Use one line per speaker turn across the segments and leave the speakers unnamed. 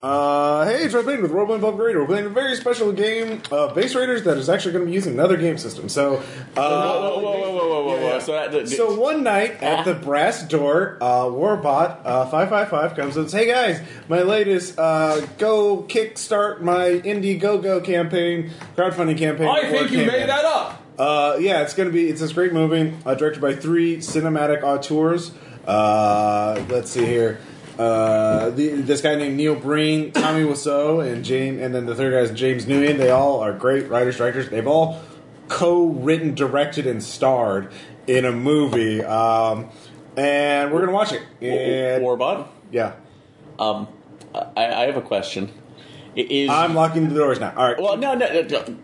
Uh, hey, it's Red Blade with Robo and Bob Grader. We're playing a very special game, uh, Base Raiders, that is actually going to be using another game system. So, uh,
whoa, whoa, whoa, whoa, whoa, whoa, whoa. So, that, that-
so one night at the brass door, uh, Warbot uh, five five five comes and says, "Hey guys, my latest uh, go kickstart my Indiegogo campaign crowdfunding campaign."
I
for
think you
Cayman."
made that up.
Uh, yeah, it's gonna be. It's this great movie uh, directed by three cinematic auteurs. Uh, let's see here. Uh, the, this guy named Neil Breen, Tommy Wiseau, and James, and then the third guy is James Nguyen. They all are great writers, directors. They've all co-written, directed, and starred in a movie. Um, and we're gonna watch it. And-
Warbot.
yeah,
Um, I, I have a question. It is
I'm locking the doors now. All right.
well, no, no, no, no.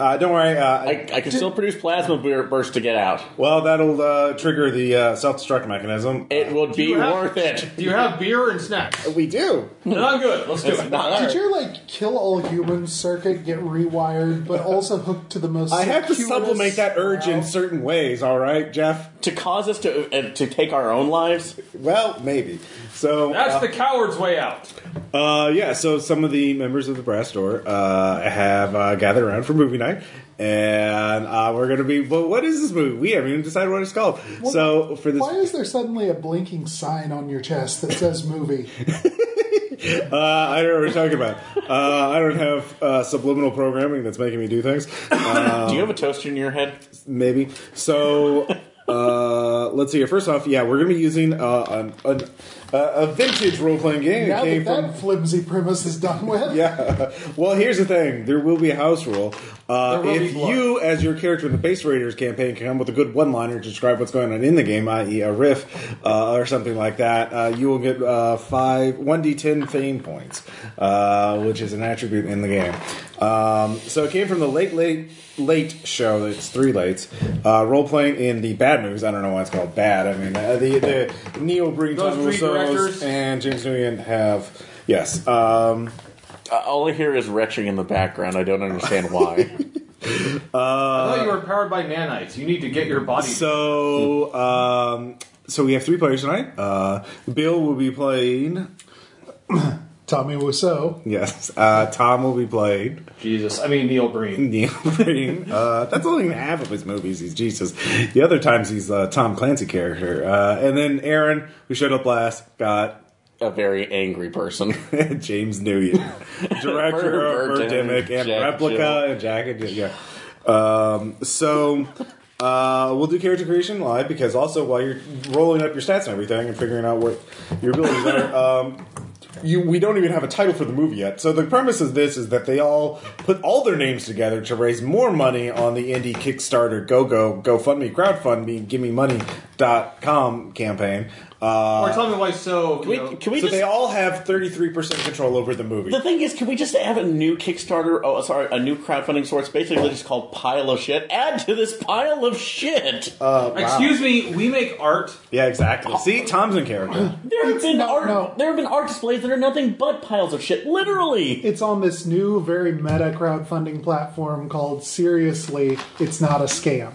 Uh, don't worry. Uh,
I, I can still produce plasma bur- burst to get out.
well, that'll uh, trigger the uh, self-destruct mechanism.
It would be
you have-
worth it.
Do you have beer and snacks?
we do.
No, I'm good. Let's do
It's
it.
not-
Did your like kill all humans circuit get rewired, but also hooked to the most?
I have to
circuitous
supplement that urge in
route?
certain ways, all right, Jeff?
to cause us to uh, to take our own lives.
Well, maybe. So,
That's
uh,
the coward's way out.
Uh, yeah, so some of the members of the brass door uh, have uh, gathered around for movie night, and uh, we're going to be. Well, what is this movie? We haven't even decided what it's called.
What-
so for this,
Why is there suddenly a blinking sign on your chest that says "movie"?
uh, I don't know what we're talking about. uh, I don't have uh, subliminal programming that's making me do things. Uh,
Do you have a toaster in your head?
maybe. So uh, let's see here. First off, yeah, we're going to be using uh, an, an, uh, a vintage role playing game. It
now
came
that
from-
that flimsy premise is done with,
Yeah. Well, here's the thing. There will be a house rule. Uh,
There will be
if
blood.
you, as your character in the Base Raiders campaign, can come with a good one-liner to describe what's going on in the game, i.e., a riff uh, or something like that, uh, you will get uh, five one d10 fame points, uh, which is an attribute in the game. Um, so it came from the late, late, late show. It's three lates. Uh, role playing in the bad movies. I don't know why it's called bad. I mean, uh, the the Neil Breen,
Those
Tom
three
Wiseau's,
directors.
and James Nguyen have yes. Um,
Uh, all I hear is retching in the background. I don't understand why.
I thought you were powered by nanites. You need to get your body.
Uh, So, um, so we have three players tonight. Uh, Bill will be playing.
Tommy Wiseau.
Yes. Uh, Tom will be playing.
Jesus, I mean Neil Breen.
Neil Breen. Uh, that's only half of his movies. He's Jesus. The other times he's uh, Tom Clancy character. Uh, and then Aaron, who showed up last, got
a very angry person.
James Nguyen, director of
Bur-
Birdemic and
Jack
Replica
Jill.
and Jack and Jill. Yeah. Um, so uh, we'll do character creation live because also while you're rolling up your stats and everything and figuring out what your abilities are, um, you we don't even have a title for the movie yet. So the premise is this: is that they all put all their names together to raise more money on the indie Kickstarter GoGo GoFundMe crowdfundMe Give Me Money dot com campaign. Uh,
or tell me why so. you
Can we,
know,
can we
so
just?
they all have 33% control over the movie.
the thing is, can we just have a new Kickstarter? Oh, sorry, a new crowdfunding source. Basically, just called pile of shit. Add to this pile of shit.
Excuse me, we make art.
yeah, exactly. See, Tom's in character.
there have been
no,
art.
no.
There have been art displays that are nothing but piles of shit. Literally.
It's on this new, very meta crowdfunding platform called Seriously, It's Not a Scam.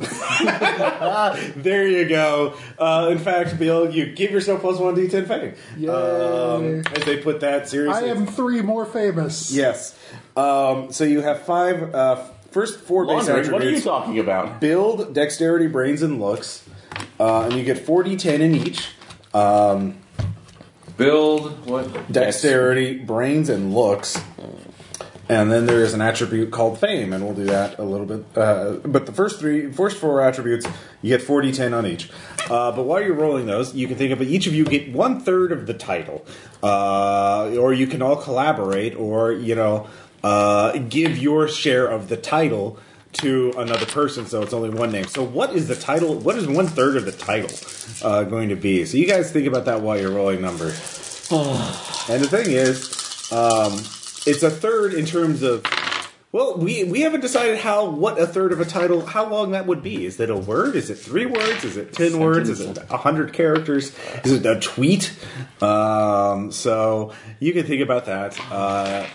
there you go. Uh, in fact, Bill, you give yourself plus one d10 fame.
Yay.
Um, as they put that
I
seriously.
am three more famous.
Yes. Um, so you have five. Uh, first four base
Laundry.
attributes.
What are you talking about?
build, dexterity, brains, and looks, uh, and you get four d10 in each. Um,
Build what?
dexterity, brains, and looks. And then there is an attribute called fame, and we'll do that a little bit. Uh, but the first three, first four attributes, you get 40, 10 on each. Uh, but while you're rolling those, you can think of each of you get one third of the title, uh, or you can all collaborate, or you know, uh, give your share of the title to another person, so it's only one name. So what is the title? What is one third of the title uh, going to be? So you guys think about that while you're rolling numbers. And the thing is, um, it's a third in terms of. Well, we we haven't decided how what a third of a title, how long that would be. Is it a word? Is it three words? Is it ten words? Is it a hundred characters? Is it a tweet? Um, so you can think about that. Uh,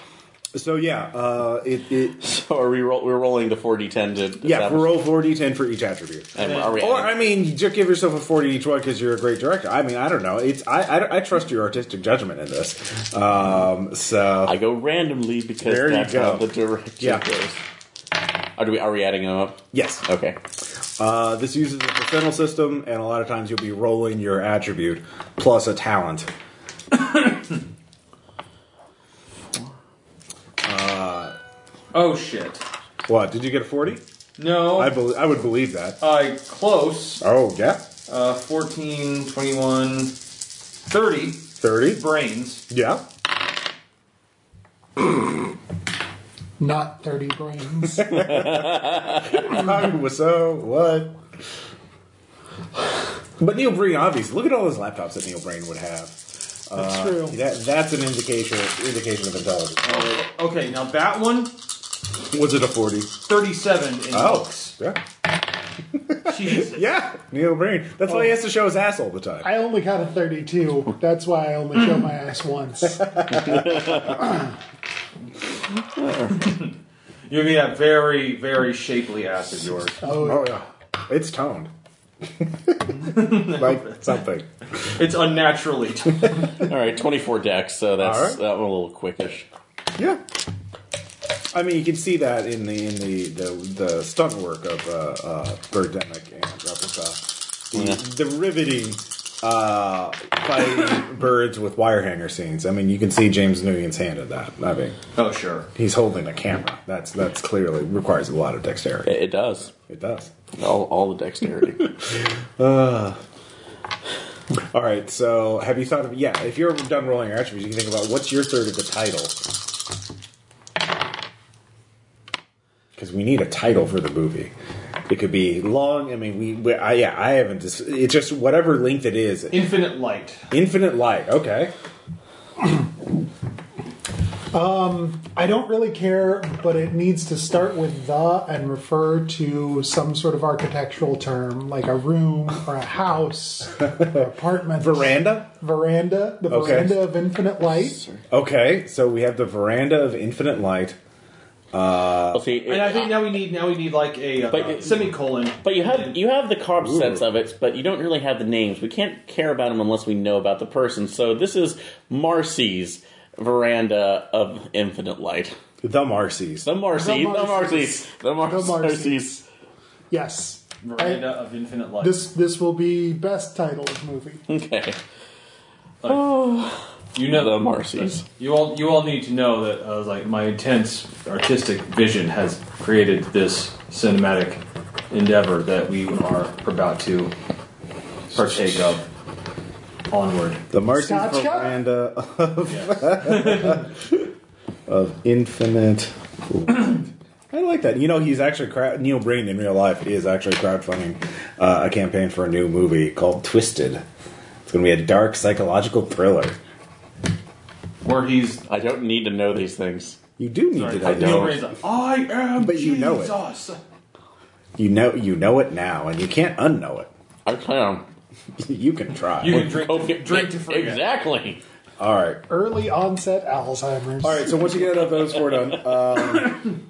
So yeah, uh, it, it
So are we roll, we're rolling the 4d10 to
yeah,
establish-
roll four d10 for each attribute.
and are we
Or
adding-
I mean, you just give yourself a forty each one because you're a great director. I mean, I don't know. It's I I, I trust your artistic judgment in this. Um, so
I go randomly because
There you
that's
go.
how the direction
Yeah.
goes. Are, we, are we adding them up?
yes,
Okay.
uh, this uses a percentile system, and a lot of times you'll be rolling your attribute plus a talent.
Oh shit.
What did you get a forty?
No.
I bel I would believe that.
uh, close.
Oh yeah,
Uh, 14, 21, 30
thirty.
brains.
Yeah.
Not 30 brains.
I mean, so what? But Neil Breen, obviously, look at all those laptops that Neil Breen would have.
That's true.
That, that's an indication indication of intelligence.
Okay, now that one,
Was it a forty?
37 in
Oh,
books.
yeah,
Jesus.
yeah. Neil Breen. That's why he has to show his ass all the time.
I only got a 32. That's why I only show my ass once.
You're gonna get that very, very shapely ass of yours.
Oh,
Oh yeah, it's toned. like something.
It's unnaturally.
All right, 24 decks, so that's
All right.
that one a little quickish.
Yeah. I mean, you can see that in the in the the, the stunt work of uh, uh, Birdemic and Replica. The, the riveting uh, fighting birds with wire hanger scenes. I mean, you can see James Nguyen's hand in that. I mean,
oh sure.
he's holding a camera. That's that's clearly requires a lot of dexterity.
It, it does.
It does.
All, all the dexterity.
All right. So, have you thought of yeah? If you're done rolling your attributes, you can think about what's your third of the title. Because we need a title for the movie. It could be long. I mean, we. we I, yeah, I haven't. Dis- it's just whatever length it is.
Infinite light.
Infinite light. Okay.
I don't really care, but it needs to start with the and refer to some sort of architectural term, like a room or a house, or apartment,
Veranda.
veranda, the
Okay.
veranda of infinite light.
Okay. So we have the veranda of infinite light.
Well, see, it-
And I think now we need now we need like a uh,
But it-
semicolon.
But you have you have the carb sense of it, but you don't really have the names. We can't care about them unless we know about the person. So this is Marcy's veranda of infinite light.
The Marcies.
The Marcy, the
The
Marcy's,
Marcy's.
the
The
Marcy's.
Marcy's. Yes,
Veranda of infinite light.
this this will be best title of movie.
Okay,
you know
the Marcy's.
You all you all need to know that uh, like my intense artistic vision has created this cinematic endeavor that we are about to partake of. Onward.
The Marcies
Scotch cup?
veranda of,
Yes.
of infinite. light. I like that. You know, he's actually crowd- Neil Breen in real life is actually crowdfunding uh, a campaign for a new movie called Twisted. It's going to be a dark psychological thriller.
Where he's
I don't need to know these things.
You do need to know.
I don't.
this.
Neil Breen's like, I am
But you
Jesus.
know it. You know, you know it now, and you can't unknow it.
I kind
you can try.
You can
of
drink drink to forget.
exactly.
All right.
Early onset Alzheimer's.
All right. So once you get enough of those four done, um,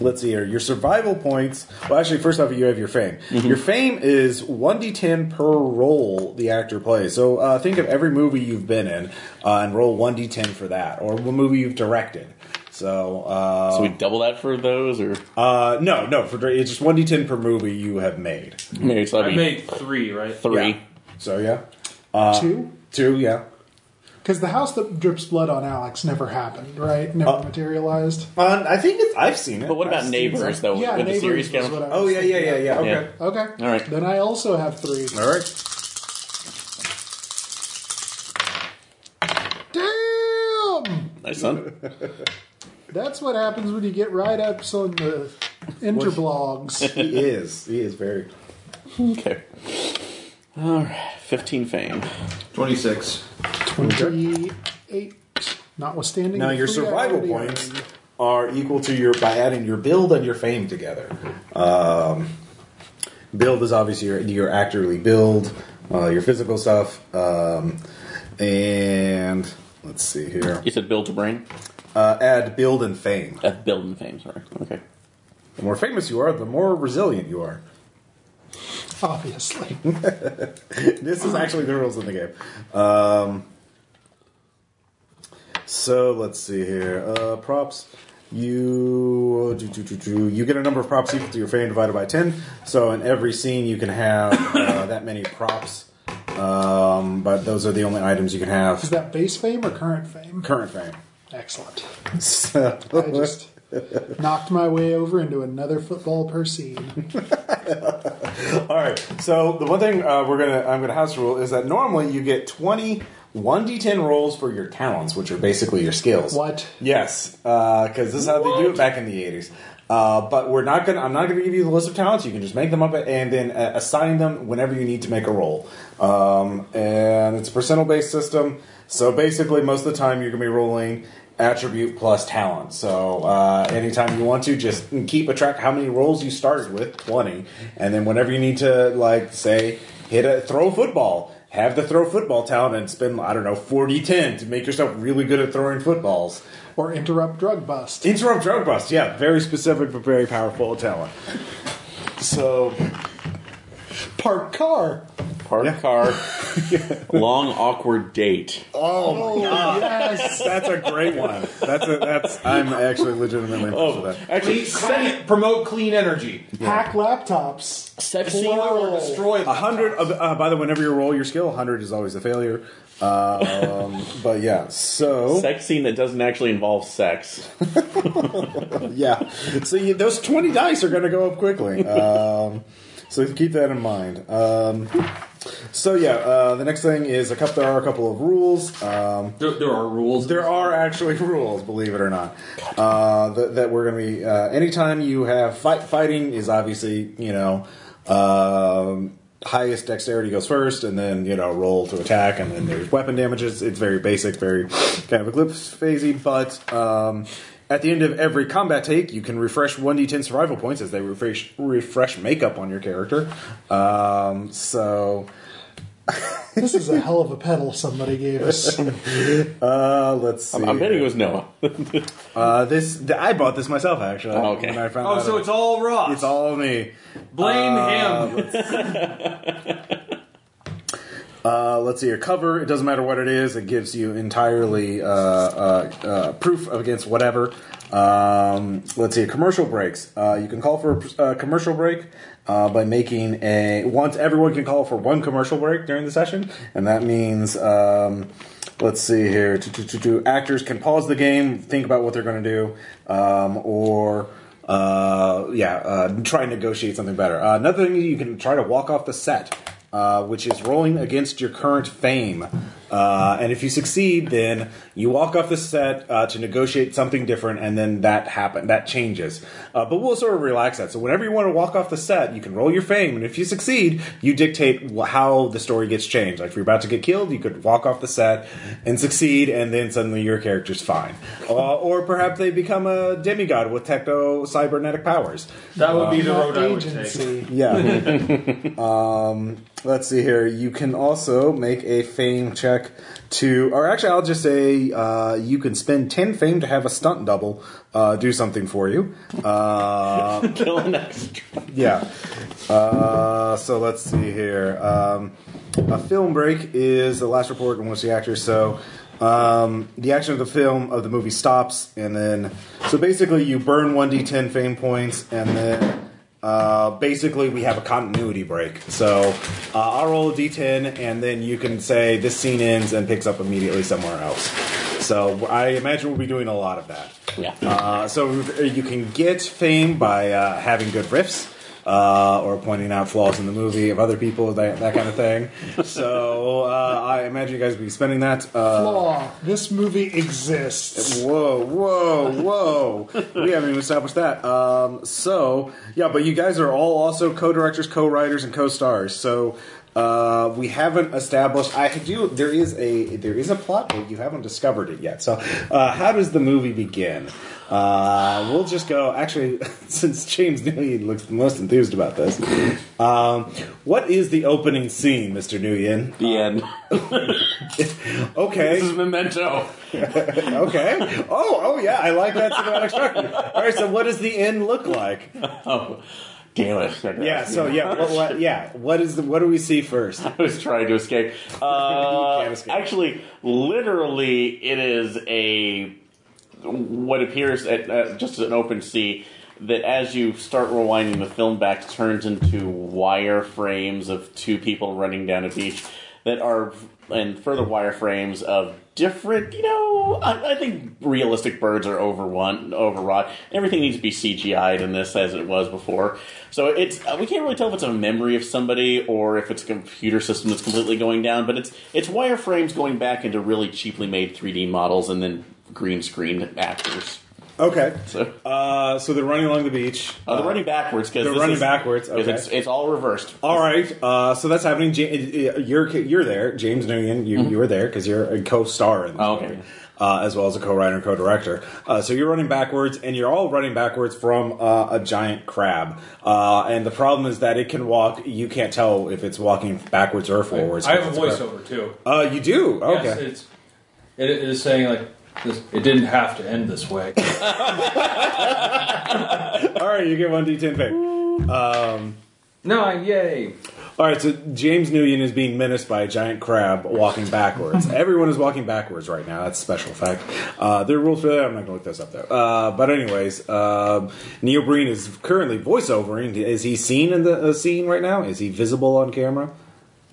let's see here. Your survival points. Well, actually, first off, you have your fame.
Mm-hmm.
Your fame is one d10 per role the actor plays. So uh, think of every movie you've been in uh, and roll one d10 for that, or one movie you've directed. So, uh,
So we double that for those, or
uh, no, no, for dir- it's just one d10 per movie you have made.
maybe so
I
that'd be
made three, right?
three.
Yeah. So yeah,
two.
two, yeah.
Because the house that drips blood on Alex never happened, right? Never
Uh,
materialized.
Um, I think it's, I've seen it.
But what
I've
about
seen
neighbors
some-
though?
yeah,
Would the
neighbors
series
was
count?
what I was
Oh yeah, yeah, yeah, yeah. Okay.
Yeah.
Okay.
All right.
Then I also have three.
All right.
Damn!
Nice son.
That's what happens when you get write ups on the interblogs.
He is. He is very.
Okay. All right. Fifteen fame.
Twenty-six.
28, notwithstanding.
Now
the
your
three I
survival
already
points
earned.
are equal to your by adding your build and your fame together. Um, build is obviously your your actorly build, uh, your physical stuff, um, and let's see here.
You said build to brain.
Uh, add build and fame.
Uh, build and fame, sorry. Okay.
The more famous you are, the more resilient you are.
obviously.
this is actually the rules in the game. Um, so let's see here. Uh, props. You do, do, do, do. you get a number of props equal to your fame divided by ten. So in every scene, you can have uh, that many props. Um, but those are the only items you can
Is
have.
that base fame or current fame?
Current fame.
Excellent.
So,
I just knocked my way over into another football per scene.
All right. So the one thing uh, we're gonna I'm gonna house rule is that normally you get 20 1d10 rolls for your talents, which are basically your skills.
What?
Yes, because this is how they do it back in the 80s. Uh, but we're not gonna. I'm not gonna give you the list of talents. You can just make them up and then uh, assign them whenever you need to make a roll. Um, and it's a percentile based system. So basically, most of the time you're gonna be rolling attribute plus talent. So uh, anytime you want to, just keep a track how many rolls you started with, 20, and then whenever you need to, like say, hit a throw a football, have the throw football talent and spend I don't know 40 10 to make yourself really good at throwing footballs.
Or interrupt drug bust.
Interrupt drug bust, yeah, very specific but very powerful talent. So
Park car.
Park car. long, awkward date.
Oh, yes.
that's a great one. That's a, that's I'm actually legitimately impressed with that.
Actually, se-
promote clean energy.
Hack laptops.
sex
Blow
scene.
or
Destroy
A hundred. Uh, uh, by the way, whenever you roll your skill, hundred is always a failure. Um, but yeah, so
Sex scene that doesn't actually involve sex.
yeah. So you, those 20 dice are going to go up quickly. Um, so keep that in mind. Um, so yeah, uh, the next thing is a couple. There are a couple of rules. Um,
There, there are rules.
there are actually rules, believe it or not, uh, that, that we're going to be. Uh, anytime you have fight, fighting is obviously you know um, highest dexterity goes first, and then you know roll to attack, and then there's weapon damages. It's very basic, very kind of eclipse phasey, but. Um, at the end of every combat take, you can refresh 1d10 survival points as they refresh, refresh makeup on your character. Um, so,
This is a hell of a pedal somebody gave us.
uh, let's see.
I'm betting it was Noah.
Uh, this th- I bought this myself actually.
Oh, okay.
When I found
Oh,
out
so
it-
it's all Ross.
it's all me.
Blame him.
Uh, let's see your cover. It doesn't matter what it is. It gives you entirely uh, uh, uh, proof against whatever. Um, let's see commercial breaks. Uh, you can call for a uh, commercial break uh, by making a once everyone can call for one commercial break during the session, and that means. Um, Let's see here. Tu- tu- tu- tu. Actors can pause the game, think about what they're going to do, um, or uh, yeah, uh, try and negotiate something better. Uh, another thing you can try to walk off the set, uh, which is rolling against your current fame. Uh, and if you succeed, then you walk off the set uh, to negotiate something different, and then that happen that changes. Uh, but we'll sort of relax that. So whenever you want to walk off the set, you can roll your fame, and if you succeed, you dictate wh- how the story gets changed. Like if you're about to get killed, you could walk off the set and succeed, and then suddenly your character's fine. Uh, or perhaps they become a demigod with techno cybernetic powers.
That would be the road I would take.
Agency.
Yeah. um, let's see here. You can also make a fame check to, or actually, I'll just say uh, you can spend 10 fame to have a stunt double uh, do something for you. Uh,
Kill an extra.
yeah. Uh, so let's see here. Um, a film break is the last report and once the actor. So um, the action of the film of the movie stops, and then so basically you burn one d10 fame points, and then uh, basically we have a continuity break. So uh, I'll roll a d10, and then you can say this scene ends and picks up immediately somewhere else. So I imagine we'll be doing a lot of that.
Yeah.
Uh, so you can get fame by uh, having good riffs uh, or pointing out flaws in the movie of other people, that, that kind of thing. So uh, I imagine you guys will be spending that. Uh,
Law. This movie exists.
whoa, whoa, whoa! we haven't even established that. Um, so yeah, but you guys are all also co-directors, co-writers, and co-stars. So. Uh, we haven't established. I do. There is a there is a plot, but you haven't discovered it yet. So, uh, how does the movie begin? Uh, we'll just go. Actually, since James Nguyen looks the most enthused about this, um, what is the opening scene, Mister Nguyen?
The end.
Okay,
This is Memento.
okay. Oh, oh yeah, I like that cinematic structure. All right, so what does the end look like?
Oh, damn it.
Yeah. So yeah, what, what, yeah. What is the? What do we see first?
I was trying to escape.
You
Uh,
can't escape.
Actually, literally, it is a what appears at, at just an open sea that as you start rewinding the film back turns into wireframes of two people running down a beach that are and further wireframes of different you know I, I think realistic birds are overrun overwrought everything needs to be cgi'd in this as it was before so it's uh, we can't really tell if it's a memory of somebody or if it's a computer system that's completely going down but it's it's wireframes going back into really cheaply made 3d models and then green screen actors.
Okay.
So
Uh, so they're running along the beach.
oh, they're running backwards because
they're running backwards, okay.
It's, it's all reversed.
All right, uh, so that's happening. Ja- uh, you're you're there, James Nguyen. You you were there because you're a co-star in this
Mm-hmm. Oh, okay.
movie, uh, as well as a co-writer and co-director. Uh, so you're running backwards, and you're all running backwards from uh, a giant crab. Uh, and the problem is that it can walk. You can't tell if it's walking backwards or forwards.
I have a
because it's
voiceover too.
crab. Uh, you do. Okay.
Yes, it's, it it is saying like this, it didn't have to end this way.
all right. You get one d10 pick.
Nine, yay!
All right. So James Nguyen is being menaced by a giant crab walking backwards. Everyone is walking backwards right now. That's a special fact. Uh, there are rules for that. I'm not going to look those up though. Uh, but anyways, uh, Neil Breen is currently voiceovering. Is he seen in the uh, scene right now? Is he visible on camera?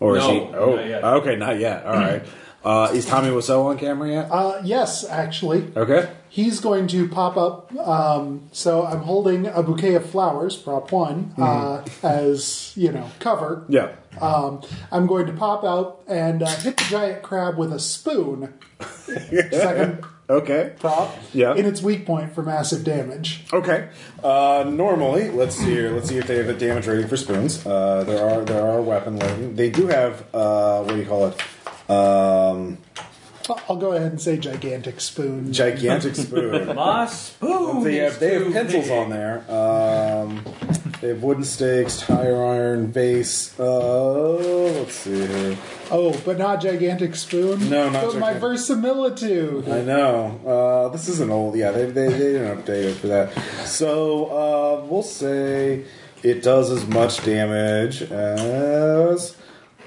Or is
No,
he? Oh,
not yet.
okay. Not yet. All right. Uh, is Tommy Wiseau on camera yet?
Uh, yes, actually.
Okay.
He's going to pop up. Um, so I'm holding a bouquet of flowers, prop one, uh, as, you know, cover.
Mm-hmm. Yeah.
Um, I'm going to pop out and uh, hit the giant crab with a spoon. Second
Okay.
prop.
Yeah.
In its weak point for massive damage.
Okay. Uh, normally, let's see here. Let's see if they have a damage rating for spoons. Uh, there are there are weapon rating. They do have uh, what do you call it? Um,
I'll- I'll go ahead and say gigantic spoon.
gigantic spoon.
My spoon.
they
is
have they have
too
pencils
big.
on there. Um, they have wooden stakes, tire iron base. Uh, let's see here.
oh, but not gigantic spoon.
No, not
But my
gigantic.
verisimilitude.
I know. Uh, this is an old. Yeah, they, they, they didn't update it for that. So uh, we'll say it does as much damage as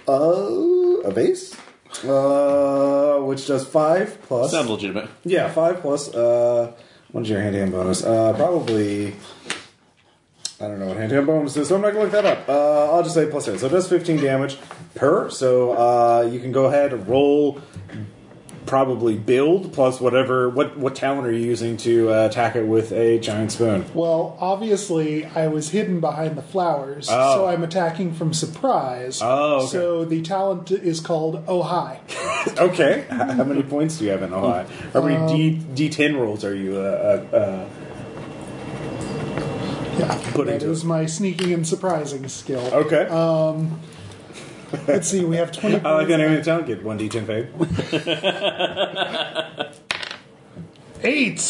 uh, a base, uh, which does five plus.
Sounds legitimate.
Yeah, five plus. Uh, what's your hand to hand bonus? Uh, probably. I don't know what hand to hand bonus is, so I'm not gonna look that up. Uh, I'll just say plus eight. So it does 15 damage per. So uh, you can go ahead and roll. Probably build plus whatever. What what talent are you using to uh, attack it with a giant spoon?
Well, obviously, I was hidden behind the flowers,
Oh.
so I'm attacking from surprise.
Oh, okay.
So the talent is called Oh Hi.
Okay. How many points do you have in Ohio? How many
Um,
D D10 rolls are you uh, uh, uh,
Yeah,
Putting
that
to
is um,
it.
my sneaking and surprising skill.
Okay.
Let's see, we have 20
I like
points.
that name of the talent. Get one D10 fade. Uh,
Eight!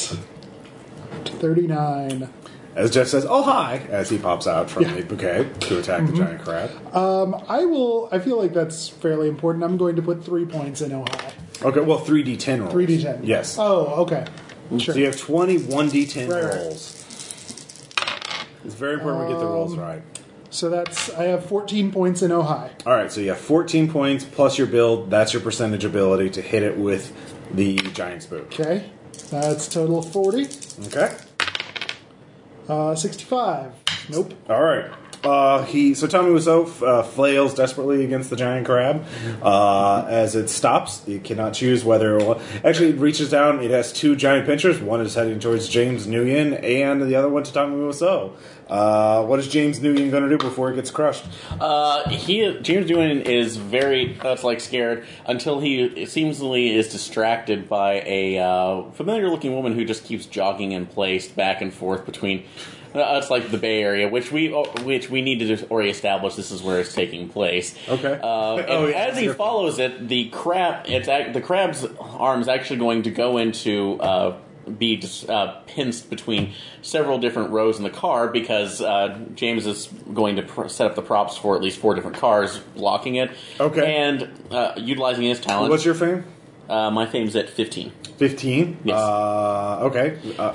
39.
As Jeff says, "Oh hi!" as he pops out from the bouquet to attack the giant crab.
I will, I feel like that's fairly important. I'm going to put three points in Oh Hi.
Okay, well, three d10 rolls.
3d10.
Yes.
Oh, okay. Sure.
So you have twenty one d10
Right, right.
rolls. It's very important we get the
Um,
rolls right.
So that's I have 14 points in Ohio.
All right, so you have fourteen points plus your build. That's your percentage ability to hit it with the giant spoon.
Okay, that's total 40.
Okay.
Uh, 65. Nope.
All right. Uh, he so Tommy Wiseau f- uh, flails desperately against the giant crab. Uh, as it stops, it cannot choose whether. It will, actually, it reaches down. It has two giant pinchers. One is heading towards James Nguyen, and the other one to Tommy Wiseau. Uh, what is James Nguyen going to do before it gets crushed?
Uh, he James Doohan is very that's like scared until he seemingly is distracted by a uh, familiar looking woman who just keeps jogging in place back and forth between Uh, it's like the Bay Area, which we oh, which we need to just already establish this is where it's taking place.
Okay.
Uh, and
Oh, yeah,
as he
sure.
follows it, the crab it's ac- the crab's arm is actually going to go into uh, be dis- uh, pinced between several different rows in the car because uh, James is going to pr- set up the props for at least four different cars blocking it.
Okay.
And uh, utilizing his talent.
What's your fame?
uh, my fame's at fifteen.
15?
Yes.
Uh, okay. Uh,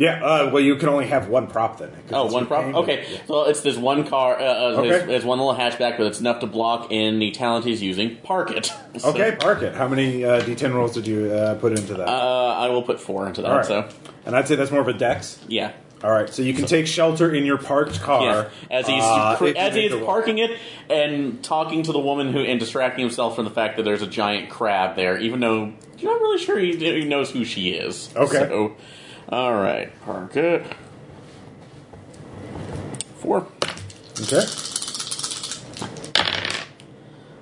yeah, uh, well, you can only have one prop then. 'cause
Oh,
it's
one
your
prop.
fame.
Okay, so it's this one car. Uh, uh, there's,
Okay.
there's one little hatchback, but it's enough to block in the talent he's using. Park it. So,
Okay, park it. How many uh, D10 rolls did you uh, put into that?
Uh, I will put four into that.
All right.
So
And I'd say that's more of a dex.
yeah,
All right, so you can take shelter in your parked
yeah.
car.
As he's
Uh,
cr-
if you
as he
make
is
the roll.
parking it and talking to the woman who and distracting himself from the fact that there's a giant crab there, even though you're not really sure he, he knows who she is.
Okay.
So, all right, park it. Four.
Okay.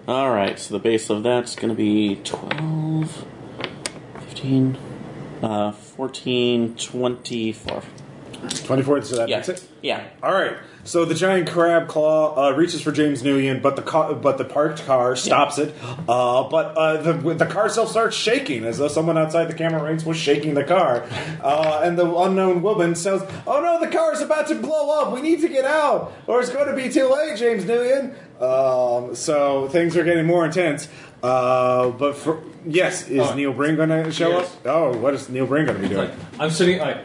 All right, so the base of that's going to be 12, 15, uh, 14, 24.
24, so that
Yeah.
makes it.
Yeah.
All right. So the giant crab claw uh, reaches for James Nguyen, but the ca- but the parked car stops it. Uh, but uh, the the car itself starts shaking as though someone outside the camera ranks was shaking the car. Uh, and the unknown woman says, "Oh no, the car's about to blow up. We need to get out, or it's going to be too late, James Nguyen." Um, so things are getting more intense. Uh, but for, yes, is
Oh.
Neil Breen going to show
Yes.
up? Oh, what is Neil Breen going to be doing?
Like I'm sitting like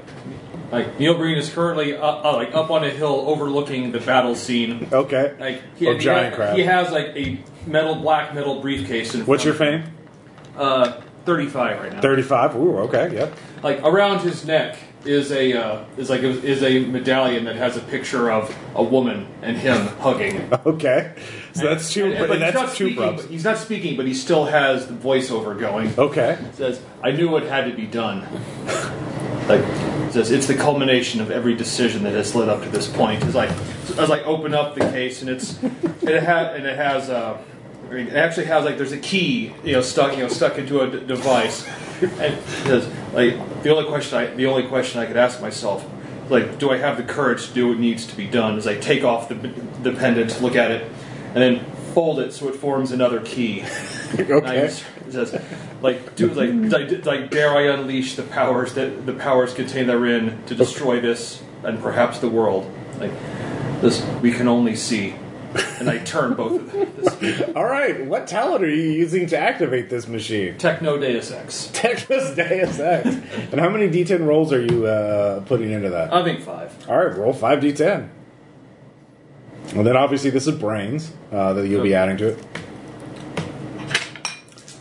like Neil Breen is currently up, uh, like up on a hill overlooking the battle scene.
Okay.
Like he,
he, oh,
he
giant
ha-
crab.
he has like a metal black metal briefcase. In
What's your
front
fame?
of- Uh, thirty-five right now.
35. Ooh, okay, yep.
Like around his neck is a uh, is like a, is a medallion that has a picture of a woman and him hugging.
Okay. So that's two,
And- and-
but
he's
that's
not
two
speaking,
props.
but He's not speaking, but he still has the voiceover going.
Okay.
says, I knew what had to be done. Like, says, it's the culmination of every decision that has led up to this point. It's like, I was like, open up the case, and it's, and it had, and it has, uh, I mean, it actually has like, there's a key, you know, stuck, you know, stuck into a d- device. And it says, like, the only question I, the only question I could ask myself, like, do I have the courage to do what needs to be done? Is I take off the, the pendant, look at it, and then fold it so it forms another key. And I
Okay.
just- it says, like, do like, like, like, dare I unleash the powers that the powers contained therein to destroy this and perhaps the world? Like, this we can only see. And I turn both of them. This,
All right. What talent are you using to activate this machine?
techno Deus Ex.
Texas Deus Ex. and how many D10 rolls are you uh, putting into that?
I think five.
All right, roll 5D10. And then obviously this is brains uh, that you'll be adding to it.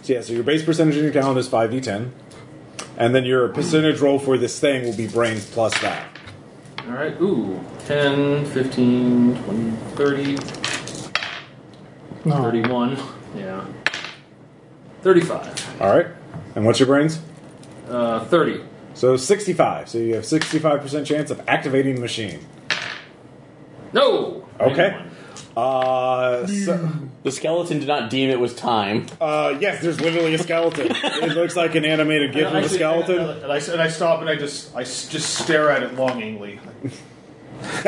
So yeah, so your base percentage in your talent is 5D10. And then your percentage roll for this thing will be brains plus that.
All right. Ooh. 10, 15, 20, 30,
No.
31. Yeah. 35.
All right. And what's your brains?
Uh, 30.
So 65. So you have 65% chance of activating the machine.
No!
Okay.
91.
Uh, so,
The skeleton did not deem it was time.
uh, yes, there's literally a skeleton. it looks like an animated gif
And I
of a
actually-
skeleton.
And I, and I stop and I just I s- just stare at it longingly.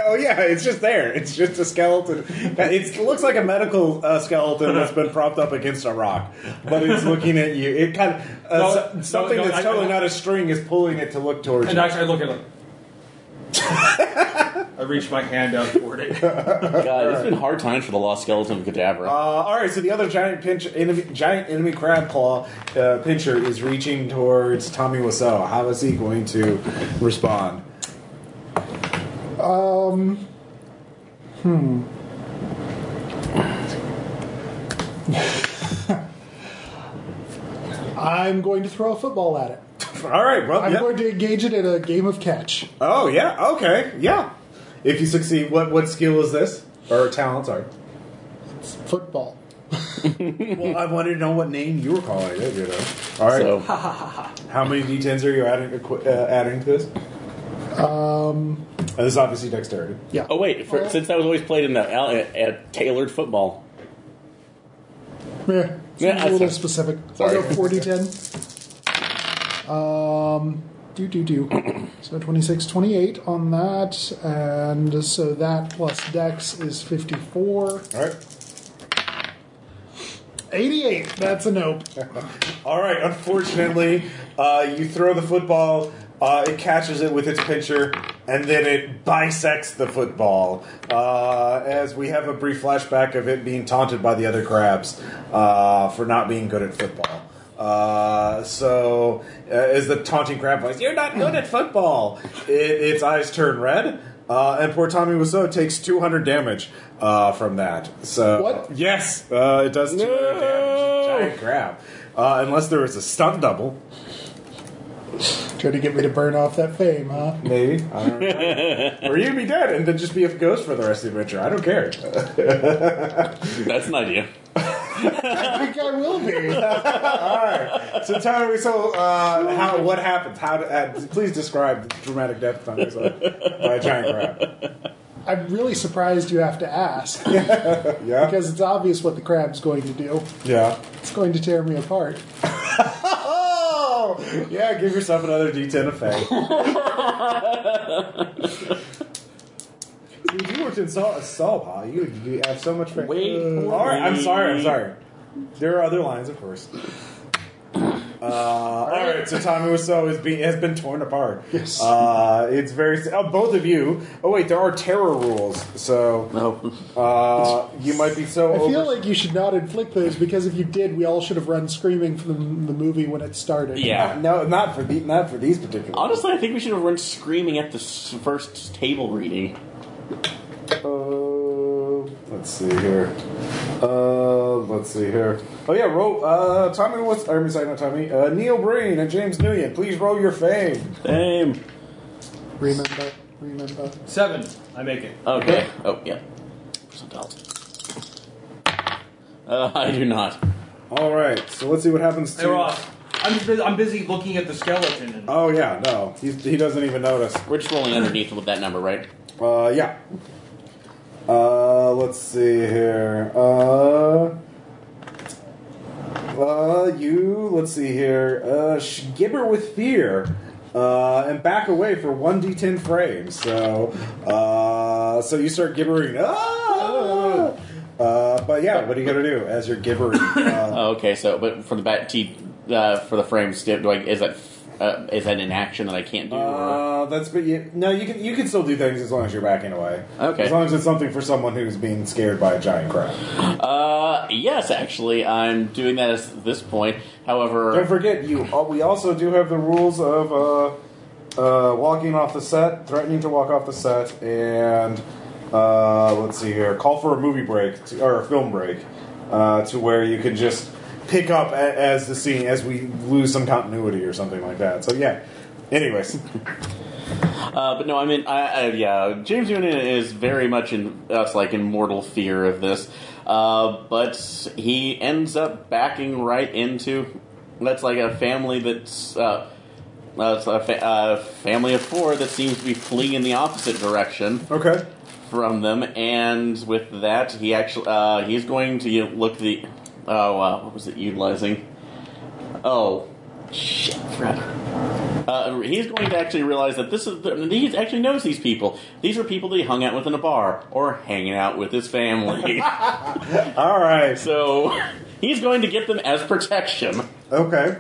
Oh yeah, it's just there. It's just a skeleton. It's, it looks like a medical uh, skeleton that's been propped up against a rock, but it's looking at you. It kind of uh,
No,
so-
no,
something
no,
that's
I-
totally
I-
not a string is pulling it to look towards
And
you.
actually, I look at it. I reach my hand out toward it.
God, it's been hard times for the lost skeleton of Cadabra.
Uh, all right, so the other giant pinch, enemy, giant enemy crab claw uh, pincher is reaching towards Tommy Wiseau. How is he going to respond?
I'm going to throw a football at it.
All right, well,
I'm
yeah.
going to engage it in a game of catch.
oh yeah, okay, yeah. If you succeed, what what skill is this or talent? Sorry.
Football.
well, I wanted to know what name you were calling it. You know. All right.
so
How many d10s are you adding equi- uh, adding to this? Um. this is obviously dexterity.
Yeah.
Oh wait, for, since that was always played in the al- at, at tailored football.
Yeah,
Yeah,
a little
sorry.
specific.
Sorry.
I'll go 40 10. Um, Do, do, do. So 26, 28 on that. And so that plus dex is 54.
All right.
88. That's a nope.
All right. Unfortunately, uh, you throw the football. Uh, it catches it with its pincher, and then it bisects the football. Uh, as we have a brief flashback of it being taunted by the other crabs uh, for not being good at football. Uh, so, uh, as the taunting crab voice, "You're not good at football," it, its eyes turn red, uh, and poor Tommy Wiseau takes 200 damage uh, from that. So,
What?
Yes, uh, it does 200 damage. Giant crab. Uh, unless there was a stunt double.
Try to get me to burn off that fame, huh?
Maybe. I don't know. or you'd be dead and then just be a ghost for the rest of the adventure. I don't care.
That's an idea.
I think I will be.
so tell me, so uh, how what happens? How to, uh, please describe the dramatic death of yourself by a giant crab.
I'm really surprised you have to ask
Yeah.
because it's obvious what the crab's going to do.
yeah.
It's going to tear me apart.
Oh yeah. Give yourself another D10 effect. Dude, you worked in Saul, Saul huh? You, you have so much. Fun.
Wait
All
for
right. I'm
me.
sorry. I'm sorry. There are other lines, of course. Uh, all right, so Tommy Wiseau is being, has been torn apart.
Yes.
uh, it's very. Oh, both of you. Oh wait, there are terror rules, so
No.
uh, you might be so.
I feel
over-
like you should not inflict those because if you did, we all should have run screaming from the, the movie when it started.
Yeah.
no, not for the, not for these particular.
Honestly, I think we should have run screaming at the s- first table reading.
Uh, let's see here. Uh, let's see here. Oh yeah, roll. Uh, Tommy, what's? I'm sorry, not Tommy. Uh, Neil Breen and James Nguyen. Please roll your fame.
Damn.
Remember, remember.
Seven. I make it.
Okay. Oh, yeah. Percentile. Uh, I do not.
All right, so let's see what happens to.
Hey Ross, I'm just busy, I'm busy looking at the skeleton. And
Oh yeah, no, he's, he doesn't even notice.
We're just rolling underneath with that number, right?
Uh, yeah. Uh, let's see here. Uh, uh, you. Let's see here. Uh, sh- gibber with fear. Uh, and back away for one d10 frames. So, uh, so you start gibbering. Ah! Uh, but yeah, what are you gonna do as you're gibbering? Uh,
Oh, okay. So, but for the bat T uh, for the frame skip, do I is that uh, is that an action that I can't do? or-
uh, that's but you, no, you can you can still do things as long as you're backing away.
Okay.
As long as it's something for someone who's being scared by a giant crab.
Uh, yes, actually, I'm doing that at this point.
Don't
However,
forget, you. Uh, we also do have the rules of uh, uh, walking off the set, threatening to walk off the set, and uh, let's see here, call for a movie break to, or a film break, uh, to where you can just pick up a, as the scene as we lose some continuity or something like that. So yeah. Anyways,
uh, but no, I mean, I, I, yeah, James Union is very much in us like in mortal fear of this, uh, but he ends up backing right into that's like a family that's. Uh, uh, it's a fa- uh, family of four that seems to be fleeing in the opposite direction.
okay.
from them, and with that, he actually uh, he's going to you know, look the oh uh, what was it utilizing? Oh shit, Fred. Uh, he's going to actually realize that this is the, he actually knows these people. These are people that he hung out with in a bar or hanging out with his family.
All right.
so he's going to get them as protection.
Okay.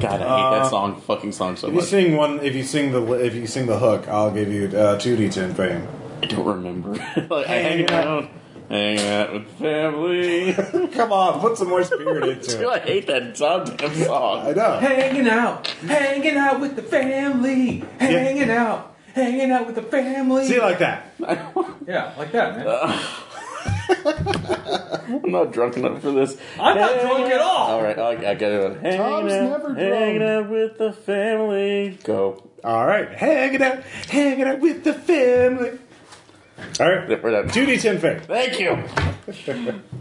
God, I hate
Uh,
that song, fucking song so
If you
much.
sing one, if you sing the if you sing the hook, I'll give you uh, two d ten fame.
I don't remember. like, I
Hanging
hang
out.
out, hanging out with family.
Come on, put some more spirit
Dude,
into it.
I hate that goddamn song.
I know.
hanging out, hanging out with the family, hanging out, hanging out with the family.
See like that.
yeah, like that, man.
I'm not drunk enough for this.
I'm not drunk at all.
All right, I, I got it. Hanging
Tom's
out,
never
Hanging
drunk.
out with the family. Go.
All right, hanging out, hanging out with the family. All right,
We're done.
two D ten fame.
Thank you.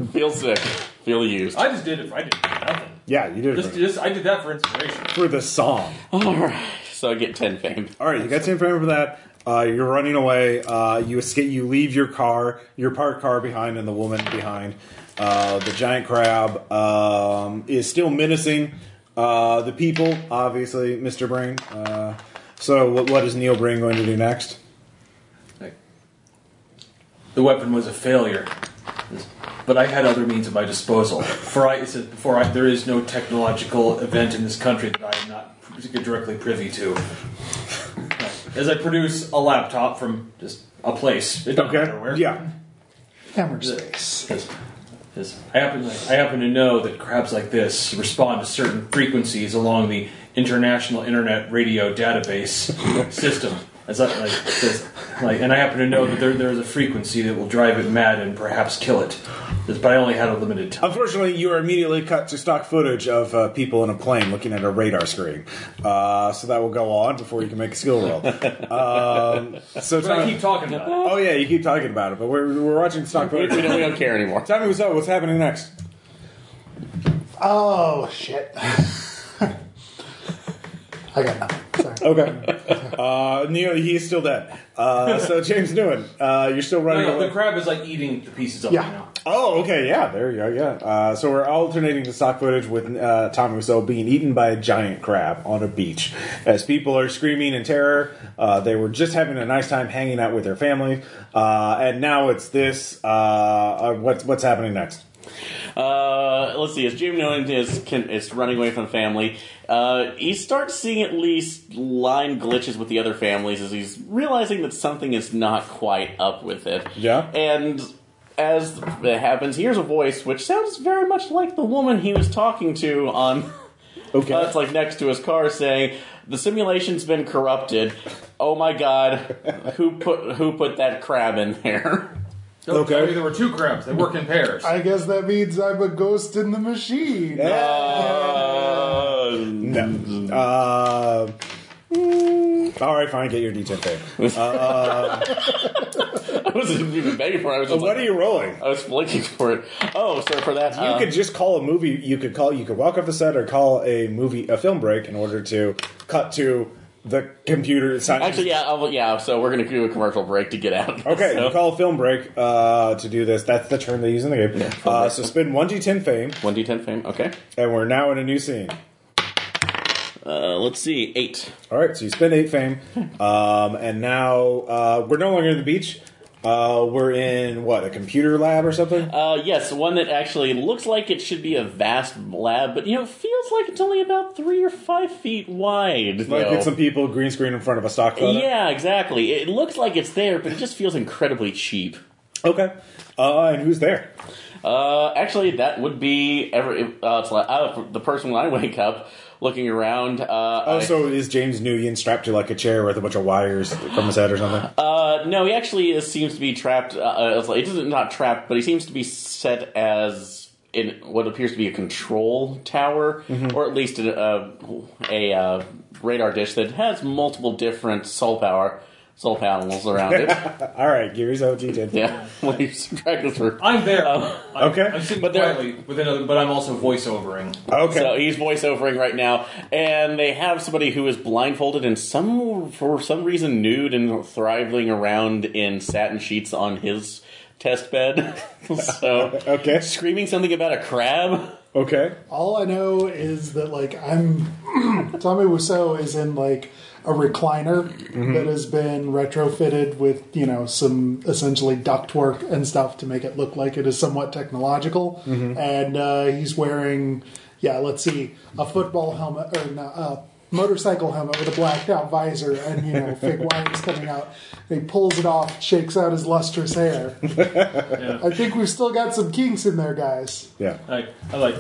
Feel sick. Feel used.
I just did it. I did it for nothing.
Yeah, you did it
Just,
for,
just I did that for inspiration.
for the song.
All right. So I get ten fame.
All right, you got ten fame for that. Uh, you're running away. Uh, you escape. You leave your car, your parked car behind, and the woman behind. Uh, the giant crab um, is still menacing. Uh, the people, obviously, Mr. Brain. Uh, so, what, what is Neil Brain going to do next?
Like, the weapon was a failure, but I had other means at my disposal. For I, it says before I, there is no technological event in this country that I am not directly privy to. As I produce a laptop from just a place, it don't matter where.
Yeah.
Hammer space.
Yes. Yes. I happen to, I happen to know that crabs like this respond to certain frequencies along the international internet radio database system. As I, like, says, like, and I happen to know that there, there is a frequency that will drive it mad and perhaps kill it. Yes, But I only had a limited time.
Unfortunately, you are immediately cut to stock footage of uh, people in a plane looking at a radar screen. Uh, so that will go on before you can make a skill roll. um, so,
But I
Tommy-
keep talking about it.
oh yeah, you keep talking about it, but we're, we're watching stock
We, we
footage.
don't, we don't care anymore.
Tommy, what's up? What's happening next?
Oh shit. I got nothing. Sorry.
Okay. Uh, Neil, he's still dead. Uh, so James Newman, uh, you're still running.
No, no,
away.
the crab is like eating the pieces up
Yeah.
right now.
Oh, okay, yeah, there you go, yeah. Uh, so we're alternating the stock footage with uh, Tom Rousseau being eaten by a giant crab on a beach. As people are screaming in terror, uh, they were just having a nice time hanging out with their family, uh, and now it's this. Uh, uh, what's what's happening next?
Uh, let's see. As Jim Nolan is can, is running away from family, uh, he starts seeing at least line glitches with the other families as he's realizing that something is not quite up with it.
Yeah.
And as it happens, hears a voice which sounds very much like the woman he was talking to on.
Okay.
That's like next to his car saying, "The simulation's been corrupted. Oh my god, who put who put that crab in there?"
No,
Okay.
maybe there were two crabs. They work in pairs.
I guess that means I'm a ghost in the machine.
Uh,
Um, No. Uh, mm, all right, fine. Get your D10 paid.
I wasn't even begging for it. I was just
What
like,
are you rolling?
I was blinking for it. Oh, so for that,
You
uh,
could just call a movie. You could call. You could walk off the set or call a movie a film break in order to cut to the computer. It's not-
actually, yeah, I'll, yeah. So we're gonna do a commercial break to get out.
Okay,
So,
you call a film break uh, to do this. That's the term they use in the game. uh, so spin one d10 fame,
one d ten fame. Okay.
and we're now in a new scene.
Uh, let's see, eight.
All right, so you spend eight fame, um, and now uh, we're no longer in the beach. Uh, we're in what a computer lab or something.
Uh, yes, one that actually looks like it should be a vast lab, but you know, feels like it's only about three or five feet wide.
Like
though.
it's some people green screen in front of a stock photo.
yeah, exactly. It looks like it's there, but it just feels incredibly cheap.
Okay. Uh, and who's there?
Uh, actually, that would be every. Uh, it's like, uh, the person when I wake up, looking around. Uh, I-
Also, Oh, is James Nguyen strapped to like a chair with a bunch of wires from his head or something?
Uh, no, he actually is, seems to be trapped. Uh, uh, it's like- it isn't not trapped, but he seems to be set as in what appears to be a control tower, or at least a, a, a uh, radar dish that has multiple different soul power soul panels around it.
All right, give yourself a G10.
yeah, when you subtract it through.
I'm there. I'm,
okay.
I'm sitting
But they're-
quietly with another, but I'm also voiceovering.
Okay.
So he's voiceovering right now, and they have somebody who is blindfolded and some for some reason nude and thriving around in satin sheets on his test bed. so
Okay.
screaming something about a crab.
Okay.
All I know is that like I'm Tommy Wiseau is in like a recliner that has been retrofitted with you know some essentially ductwork and stuff to make it look like it is somewhat technological, and uh, he's wearing yeah let's see a football helmet or no, a motorcycle helmet with a blacked out visor and you know fake wires coming out. And he pulls it off, shakes out his lustrous hair. I think we've still got some kinks in there, guys.
Yeah.
Like I like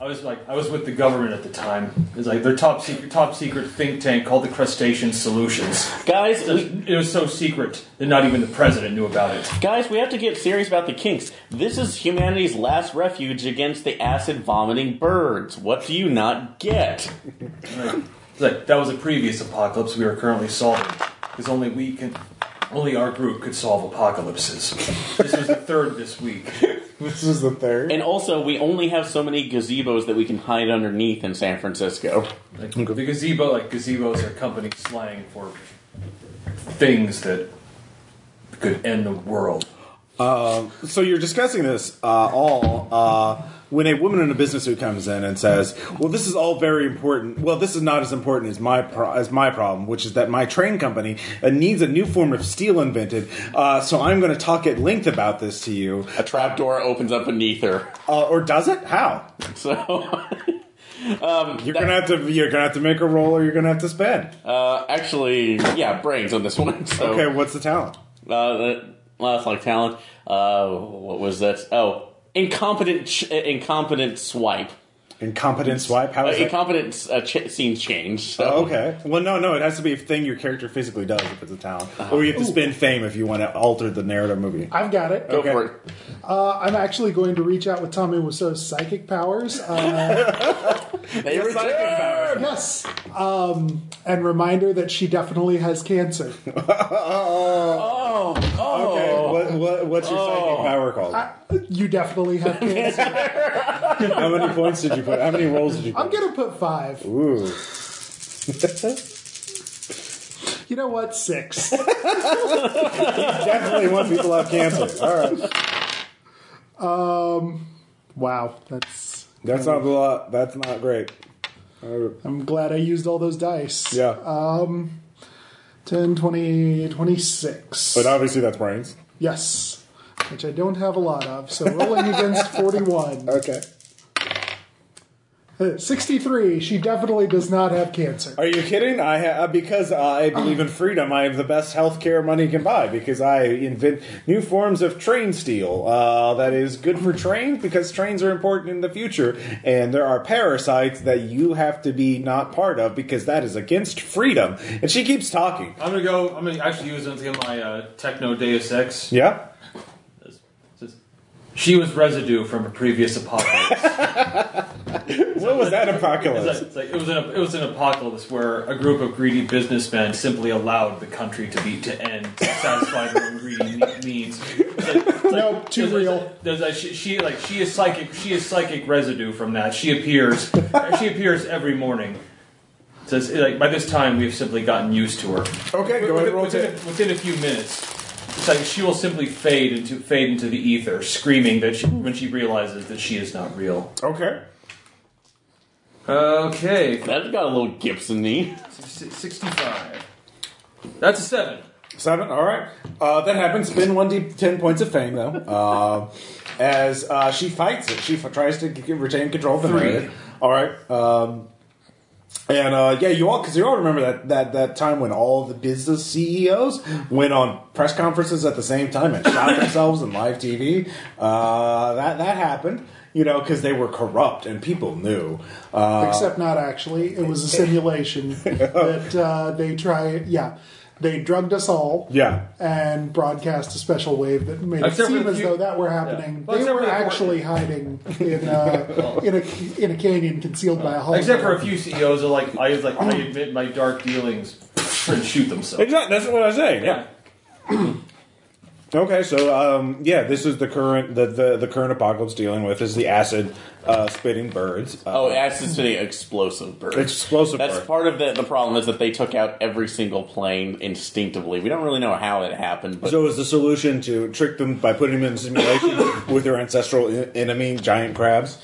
I was like I was with the government at the time. It's like their top secret top secret think tank called the Crustacean Solutions.
Guys, we,
It was so secret that not even the president knew about it.
guys, we have to get serious about the kinks. This is humanity's last refuge against the acid vomiting birds. What do you not get?
Like, it's like that was a previous apocalypse we are currently solving. Because only we can only our group could solve apocalypses. This was the third this week.
This is the third.
And also, we only have so many gazebos that we can hide underneath in San Francisco.
Like, the gazebo like gazebos are company slang for things that could end the world.
So you're discussing this uh, all uh, when a woman in a business who comes in and says, "Well, this is all very important. Well, this is not as important as my pro- as my problem, which is that my train company uh, needs a new form of steel invented. Uh, so I'm going to talk at length about this to you,
A trapdoor opens up beneath her.
uh, or does it? How?
So
You're going to have to you're going to have to make a roll, or you're going to have to spend.
uh, actually, yeah, brains on this one. So
Okay, what's the talent?
Uh, that, well, that's like talent. Uh, what was that? Oh, incompetent, ch- uh, incompetent swipe.
Incompetent swipe. How
Uh,
is that?
incompetent uh, ch- scene change. So.
Oh, okay. Well, no, no. It has to be a thing your character physically does if it's a talent, or you have to spend fame if you want to alter the narrative movie.
I've got it.
Go
Oh, Okay.
for it.
Uh, I'm actually going to reach out with Tommy Wiseau's psychic powers. Uh,
They
Yes, I can power.
yes. Um, and reminder that she definitely has cancer.
Oh, oh.
Okay, what, what, what's your psychic power called?
You definitely have cancer.
How many points did you put? How many rolls did you
I'm
put?
going to put five.
Ooh.
You know what? Six.
Definitely want people to have cancer. All right.
Wow. That's.
That's not a lot. That's not great. Uh,
I'm glad I used all those dice.
yeah.
10, 20, 26.
but uh, obviously that's brains.
yes. Which I don't have a lot of. So rolling against 41.
Okay.
Uh, 63. She definitely does not have cancer.
Are you kidding? I ha- uh, because I believe in freedom. I have the best health care money can buy because I invent new forms of train steel uh, that is good for trains because trains are important in the future, and there are parasites that you have to be not part of because that is against freedom. And she keeps talking.
I'm gonna go. I'm gonna actually use it to get my uh, techno Deus Ex.
Yeah.
It says, She was residue from a previous apocalypse.
What was that
It's like-
apocalypse?
it's like- it was an it was an apocalypse where a group of greedy businessmen simply allowed the country to be to end, to satisfy their own greedy me- means. It's like- it's like-
Nope, too
there's like-
real.
there's like she, she like she is psychic. She is psychic residue from that. She appears. she appears every morning. So it's like by this time we have simply gotten used to her.
Okay, go ahead and
Within,
roll
within,
it.
a, within a few minutes, it's like she will simply fade into fade into the ether, screaming that she, when she realizes that she is not real.
Okay.
Okay,
That's got a little Gibson-y.
sixty-five. That's a seven.
Seven. All right. Uh, that happens. Spend one d ten points of fame though. Uh, as uh, she fights it, she f- tries to g- retain control of the
Three.
narrative. All right. Um, and uh, yeah, you all because you all remember that, that that time when all the business CEOs went on press conferences at the same time and shot themselves in live TV. Uh, that that happened. You know, because they were corrupt and people knew. Uh,
Except not actually. It was a simulation that uh, they try. Yeah, they drugged us all.
yeah.
And broadcast a special wave that made
Except for
it seem
the
as
few-
though that were happening.
Well,
they
except
were
for the-
actually hiding in a, in a in a canyon concealed by a hole.
Except for a few CEOs are like, I was like, I admit my dark dealings and shoot themselves.
Exactly. That's what I was saying.
Yeah.
Okay, so um, yeah, this is the current the, the, the current apocalypse dealing with is the acid uh, spitting birds. Uh,
Oh, acid spitting explosive bird.
Explosive
Oh, That's
bird.
part of the the problem is that they took out every single plane instinctively. We don't really know how it happened, but
so is the solution to trick them by putting them in simulation with their ancestral en- enemy, giant crabs?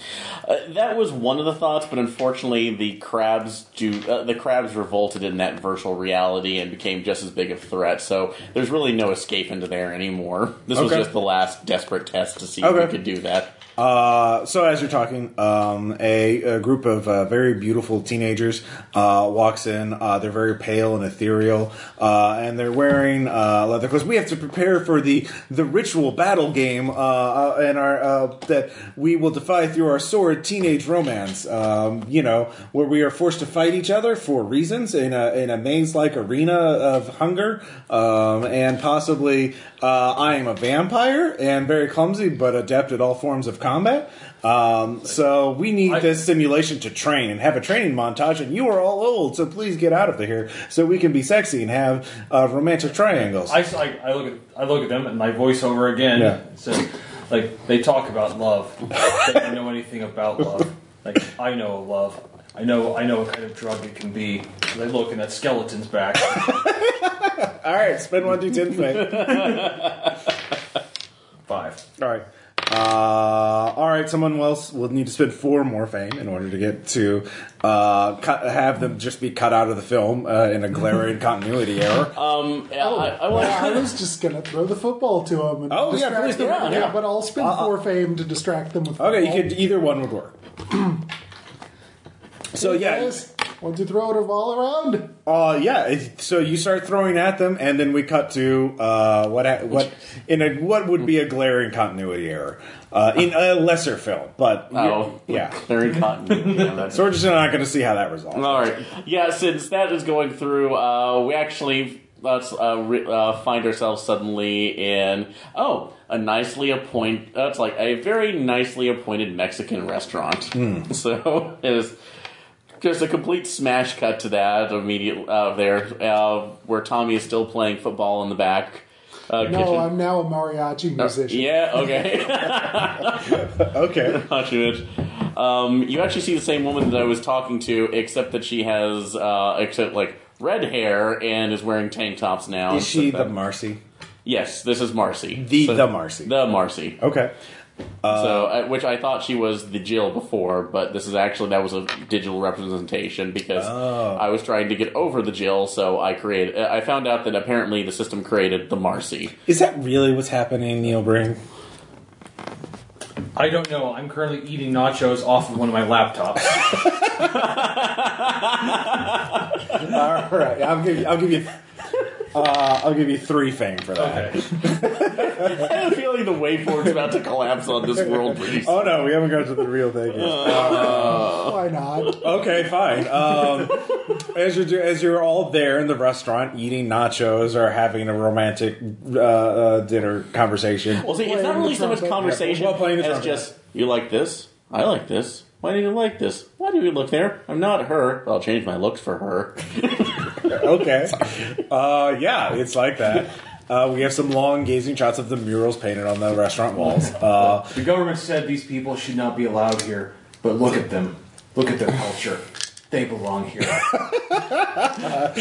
Uh, that was one of the thoughts, but unfortunately, the crabs do uh, the crabs revolted in that virtual reality and became just as big a threat. So there's really no escape into there anymore. This was
Okay.
just the last desperate test to see if
Okay.
we could do that.
Uh, so as you're talking, um, a, a group of uh, very beautiful teenagers uh, walks in. Uh, they're very pale and ethereal, uh, and they're wearing uh, leather clothes. We have to prepare for the the ritual battle game, uh, uh, and our uh, that we will defy through our sword teenage romance. Um, you know, where we are forced to fight each other for reasons in a in a maze like arena of hunger, um, and possibly uh, I am a vampire and very clumsy but adept at all forms of combat. Um, so we need
I-
this simulation to train and have a training montage. And you are all old, so please get out of here so we can be sexy and have uh, romantic triangles.
I, s- I- I look at I look at them and my voiceover again.
Yeah.
says, like they talk about love. they don't know anything about love. Like I know love. I know I know what kind of drug it can be. They look and that skeleton's back.
all right, spend one d ten. All right. Uh, all right. Someone else will need to spend four more fame in order to get to uh, cut, have them just be cut out of the film uh, in a glaring continuity error.
Um, I, I want
I was just gonna throw the football to him. And
Oh, yeah,
distract
please do.
them.
Yeah, yeah.
But I'll spend four fame to distract them
Okay,
with.
oh.
football.
you could either one would work. so yeah,
Guys, want to throw it all around?
uh, yeah. it- So you start throwing at them, and then we cut to uh, what ha- what in a what would be a glaring continuity error uh, in a lesser film, but
Oh,
yeah.
Very cotton. Yeah, that's
So we're just not going to see how that resolves.
All right. Yeah, since that is going through, uh, we actually let's uh, re- uh, find ourselves suddenly in oh a nicely appoint. That's like a very nicely appointed Mexican restaurant. So it is just a complete smash cut to that immediate uh, there, uh, where Tommy is still playing football in the back. Uh, kitchen.
No, I'm now a mariachi musician.
Uh, yeah. Okay.
Okay.
Not too much. Um, you actually see the same woman that I was talking to, except that she has, uh, except like red hair and is wearing tank tops now.
Is she the Marcy?
Yes, this is Marcy.
The
So-
the Marcy.
The Marcy.
okay.
so, uh, which I thought she was the Jill before, but this is actually that was a digital representation because
Oh.
I was trying to get over the Jill, so I created. I found out that apparently the system created the Marcy.
Is that really what's happening, Neil Breen?
I don't know. I'm currently eating nachos off of one of my laptops.
All right, I'll give you. I'll give you. Uh, I'll give you three fame for that.
Okay.
I have a feeling the waveform's about to collapse on this world pretty soon.
Oh no, we haven't got to the real thing yet.
Why not?
okay, fine. Um, as you're do- as you're all there in the restaurant eating nachos or having a romantic uh, uh, dinner conversation,
Well, see, it's not
Playing
really
the
so much
trumpet.
conversation
Yeah, well, playing the
as
trumpet.
just you like this, I like this. Why do you like this? Why do you look there? I'm not her. I'll change my looks for her.
okay, uh, yeah, it's like that. Uh, we have some long gazing shots of the murals painted on the restaurant walls. Uh,
The government said these people should not be allowed here, but look at them. Look at their culture. They belong here.
at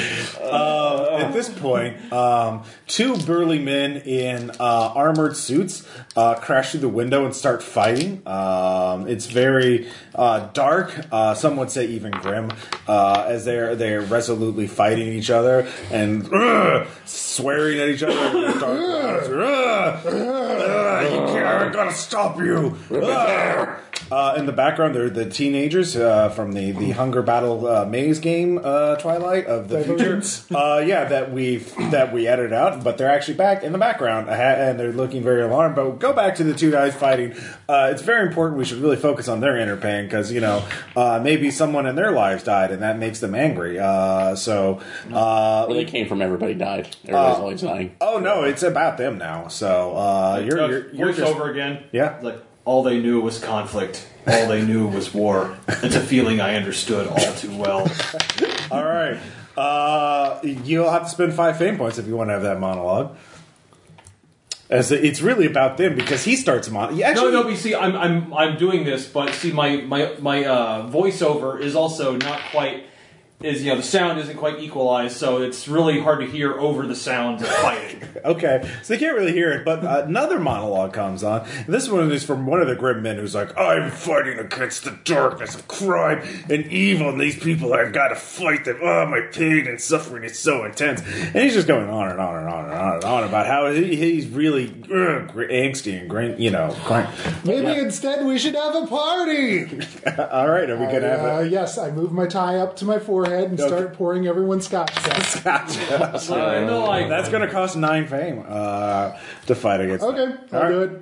this point, um, two burly men in uh, armored suits uh, crash through the window and start fighting. Um, it's very uh, dark, uh, some would say even grim, uh, as they're they're resolutely fighting each other and "Ugh," swearing at each other. in the dark grounds. "Ugh, ugh, you can't- I'm gonna stop you. Ugh." Uh, in the background, they're the teenagers uh, from the, the Hunger Battle uh, Maze game uh, Twilight of the future. Uh, yeah, that we that we edited out, but they're actually back in the background uh, and they're looking very alarmed. But go back to the two guys fighting. Uh, it's very important. We should really focus on their inner pain because you know uh, maybe someone in their lives died and that makes them angry. Uh, so uh,
Where they came from, everybody died. Everybody's always dying.
oh no, it's about them now. So uh, you're you're, you're
Voice
just,
over again.
Yeah.
Like all they knew was conflict. All they knew was war. It's a feeling I understood all too well.
all right. Uh, you'll have to spend five fame points if you want to have that monologue. As it- it's really about them because he starts mon.
No,
Actually,
no, but you see, I'm, I'm, I'm doing this, but see, my, my, my uh, voiceover is also not quite, is, you know, the sound isn't quite equalized, so it's really hard to hear over the sounds of fighting.
Okay, so they can't really hear it, but another monologue comes on. And this one is from one of the grim men who's like, I'm fighting against the darkness of crime and evil, and these people, I've got to fight them. Oh, my pain and suffering is so intense. And he's just going on and on and on and on and on about how he, he's really ugh, gr- angsty and, grin, you know, crying.
Maybe instead we should have a party.
All right, are we going to have
Uh,
a
yes, I move my tie up to my forehead and
Okay.
start pouring everyone scotch. Down.
Uh, no, I,
That's going to cost nine fame uh, to fight against that.
Okay, I'll
All right.
do it.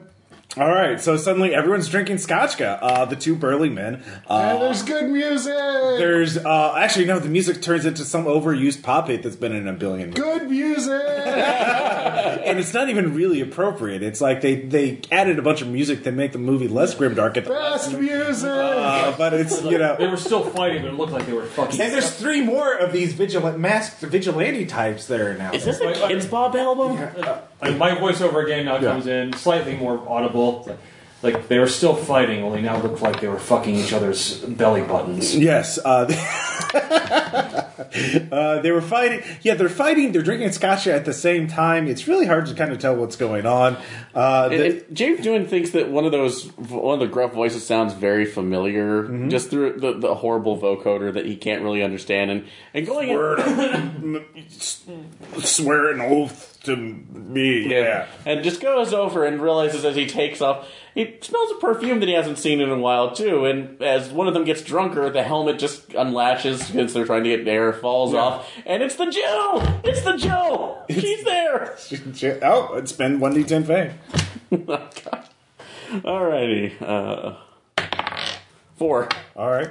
All right, so suddenly everyone's drinking scotchka. Uh, the two burly men. Uh,
and there's good music.
There's uh, actually no. The music turns into some overused pop hit that's been in a billion,
good music.
and it's not even really appropriate. It's like they they added a bunch of music to make the movie less grimdark at the
Best music.
uh, but it's you
they
know.
were still fighting, but it looked like they were fucking.
And there's three more of these vigilant masked vigilante types there now.
Is this a Kids Bob album?
Like, my voiceover again now comes in slightly more audible. Like they were still fighting, only now looked like they were fucking each other's belly buttons.
Yes, uh, Uh, they were fighting. Yeah, they're fighting. They're drinking scotch at the same time. It's really hard to kind of tell what's going on. Uh,
And,
the-
and James Doohan thinks that one of those, one of the gruff voices sounds very familiar,
Mm-hmm.
just through the, the horrible vocoder that he can't really understand. And and going in-
word m- s- swear an oath to me. Yeah.
And just goes over and realizes as he takes off, he smells a perfume that he hasn't seen in a while, too. And as one of them gets drunker, the helmet just unlatches since they're trying to get air, falls off, and it's the Joe! It's the Joe! He's there!
Oh, it's been 1d10 fame.
oh, God. Alrighty. Uh, four.
All right.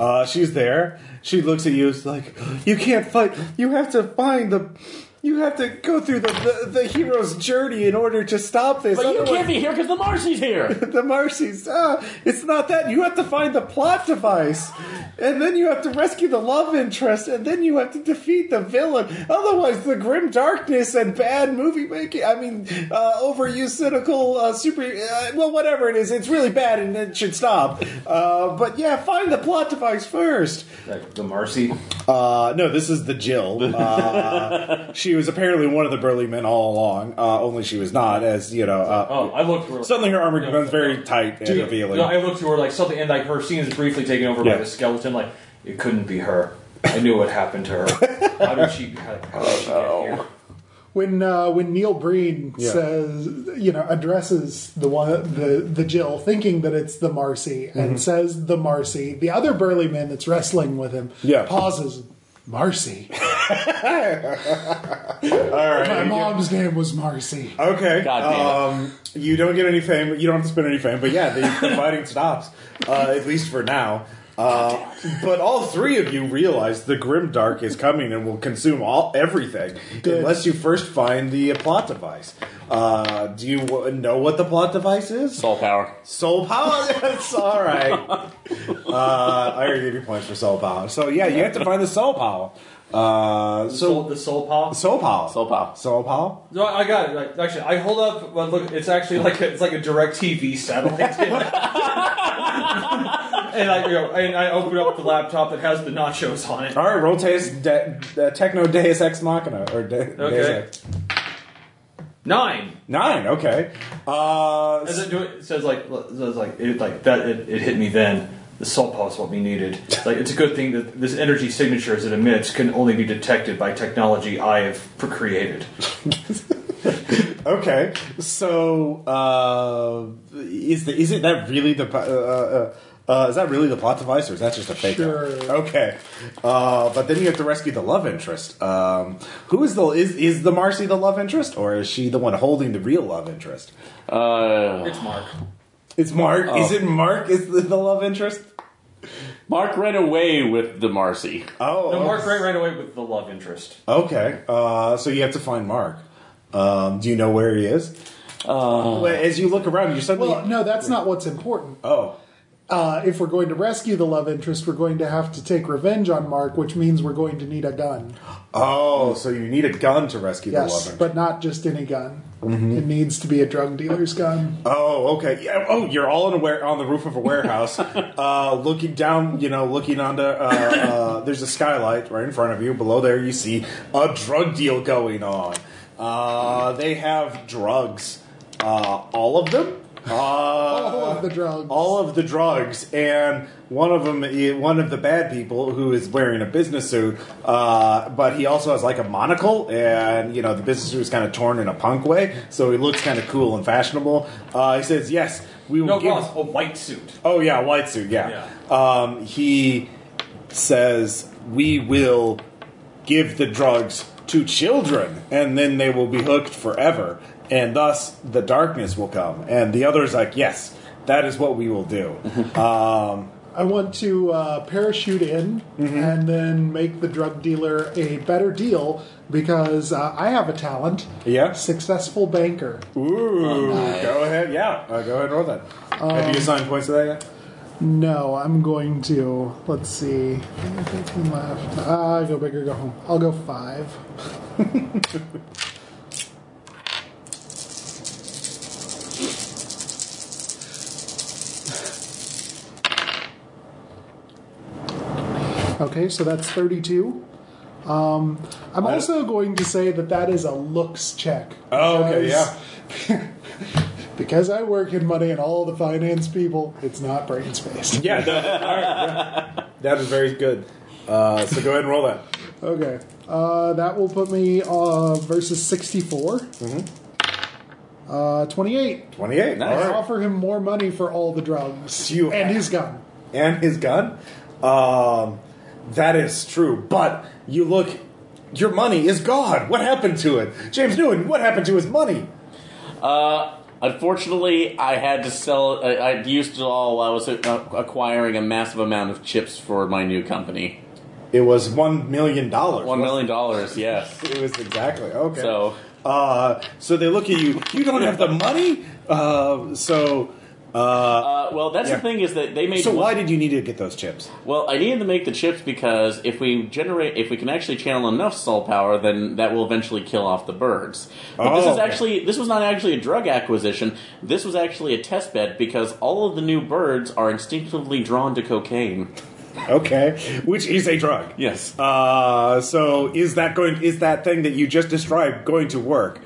Uh, she's there. She looks at you. It's like, you can't fight. You have to find the. You have to go through the, the, the hero's journey in order to stop this.
But you
Otherwise-
can't be here because the Marcy's here!
the Marcy's. Ah, it's not that. You have to find the plot device, and then you have to rescue the love interest, and then you have to defeat the villain. Otherwise, the grim darkness and bad movie making. I mean, uh, overused, cynical, uh, super. Uh, well, whatever it is, it's really bad, and it should stop. Uh, but yeah, find the plot device first.
Like the Marcy.
Uh, no, this is the Jill. Uh, she was apparently one of the burly men all along. Uh, only she was not, as you know. Uh,
Oh, I looked through.
suddenly, her armor becomes very tight and revealing.
No, I looked through her like something, and like her scene is briefly taken over
Yeah.
by the skeleton. Like it couldn't be her. I knew what happened to her. how did she? How, how did she
Oh,
get here?
when uh, when Neil Breen
Yeah.
says, you know, addresses the one the the Jill, thinking that it's the Marcy,
Mm-hmm.
and says the Marcy. The other burly man that's wrestling with him
Yeah.
pauses. Marcy.
All right.
My mom's name was Marcy.
Okay.
God
um, You don't get any fame. You don't have to spend any fame. But yeah, the, the fighting stops, uh, at least for now. Uh, but all three of you realize the grim dark is coming and will consume all everything
Good.
unless you first find the plot device. Uh, do you w- know what the plot device is?
Soul power.
Soul power. That's all right. Uh, I already gave you points for soul power. So yeah, you have to find the soul power. Uh,
The
so
soul, the soul pop.
soul power.
Soul power.
Soul power.
No, I got it. Like, actually, I hold up. Well, look, it's actually like a, it's like a direct TV satellite. and I you know, and I open up the laptop that has the nachos on it.
All right, roll Deus, de, uh, Techno Deus Ex Machina or de, Deus
Okay.
Ex.
Nine.
Nine. Okay. Uh,
As it, do it, it says like it says like it like that. It, it hit me then. The soul pop is what we needed. Like it's a good thing that this energy signature, as it emits, can only be detected by technology I have procreated.
okay. So uh, is the is it that really the uh, uh, uh, is that really the plot device or is that just a fake? out?
Sure.
Okay. Uh, but then you have to rescue the love interest. Um, who is the is is the Marcy the love interest or is she the one holding the real love interest?
Uh,
It's Mark.
It's Mark. Is
Oh.
it Mark? Is the, the love interest?
Mark ran away with the Marcy.
Oh,
No, Mark
okay.
right right away with the love interest.
Okay, uh, so you have to find Mark. Um, do you know where he is? Well, As you look around, you suddenly.
Uh, Well, no, that's not what's important.
oh,
Uh, if we're going to rescue the love interest, we're going to have to take revenge on Mark, which means we're going to need a gun.
oh, so you need a gun to rescue the
Yes,
Mm-hmm. lover.
but not just any gun. It needs to be a drug dealer's gun.
oh, okay. Yeah, oh, you're all in a ware- on the roof of a warehouse, uh, looking down. You know, looking onto. Uh, uh, there's a skylight right in front of you. Below there, you see a drug deal going on. Uh, they have drugs. Uh, all of them. Uh,
All of the drugs.
all of the drugs, and one of them, one of the bad people who is wearing a business suit, uh, but he also has like a monocle, and you know the business suit is kind of torn in a punk way, so he looks kind of cool and fashionable. Uh, he says, "Yes, we will
No,
give."
Ross, a white suit.
Oh yeah, white suit. Yeah. Um, he says, "We will give the drugs to children, and then they will be hooked forever, and thus the darkness will come." And the other's like, "Yes, that is what we will do."
I want to uh, parachute in
Mm-hmm.
and then make the drug dealer a better deal because uh, I have a talent.
Yeah.
Successful banker.
Ooh,
Oh,
go ahead. Yeah, uh, go ahead and roll that.
Um,
Have you assigned points to that yet?
No, I'm going to. Let's see. I have 13 left. Ah, go big or go home. I'll go five. okay, so that's 32. I'm also going to say that that is a looks check.
Oh, okay,
because- because I work in money and all the finance people, it's not brain space.
Yeah, no, all right, yeah. that is very good. Uh, so go ahead and roll that.
Okay, uh, that will put me uh, versus 64. Uh, 28.
28.
Nice.
Mm-hmm. All
I
right.
offer him more money for all the drugs
You-
and his gun.
and his gun. Um, that is true. But you look, your money is gone. What happened to it? James Newton, what happened to his money?
Uh, unfortunately, I had to sell. I, I used it all while I was uh, acquiring a massive amount of chips for my new company.
It was $1 million.
One million dollars, yes.
It was exactly. Okay.
So-
Uh, so they look at you. You don't have the money? Uh, so. Uh,
Uh, well, that's
Yeah.
the thing is that they made.
so
one-
why did you need to get those chips?
Well, I needed to make the chips because if we generate, if we can actually channel enough soul power, then that will eventually kill off the birds. But
Oh,
this is
okay.
actually, this was not actually a drug acquisition. This was actually a test bed because all of the new birds are instinctively drawn to cocaine.
Okay, which is a drug.
Yes.
Uh, so is that going? Is that thing that you just described going to work?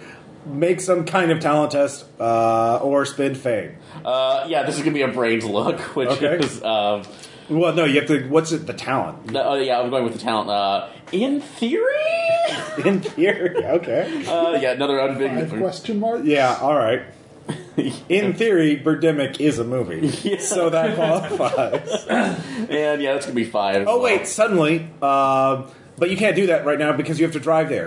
Make some kind of talent test uh, or spin fame.
Uh, yeah, this is gonna be a brains look, which
Okay.
is. Uh,
Well, no, you have to. What's it? The talent
no, oh yeah, I'm going with the talent. Uh, in theory.
in theory. Okay.
Uh, yeah, another
Five
unbig.
question marks?
Mm-hmm. Yeah. All right. In theory, Birdemic is a movie, so that qualifies.
And yeah, that's gonna be five.
Oh wait, suddenly, uh, but you can't do that right now because you have to drive there.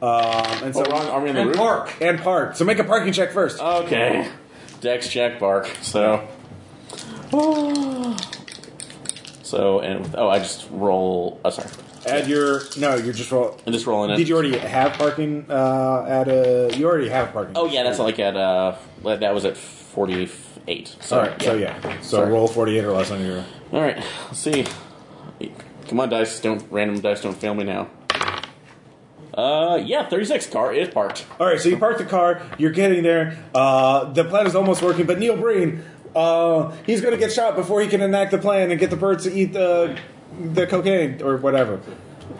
Um, and so
Oh, wrong army in the
and
roof? Uh,
park and park. So make a parking check first.
Okay. Dex check bark. So. So and oh, I just roll. Oh, sorry.
Add your no. You're just roll.
I'm just rolling it.
Did you already have parking uh, at a? You already have parking.
Oh yeah, that's like at uh, that was at forty-eight.
All
Sorry.
right. So yeah. So
Sorry.
roll forty-eight or less on your.
All right. Let's see. Come on, dice! Don't random dice! Don't fail me now. Uh, yeah, thirty-six. Car is parked.
All right. So you park the car. You're getting there. Uh, the plan is almost working, but Neil Breen, uh, he's going to get shot before he can enact the plan and get the birds to eat the the cocaine or whatever.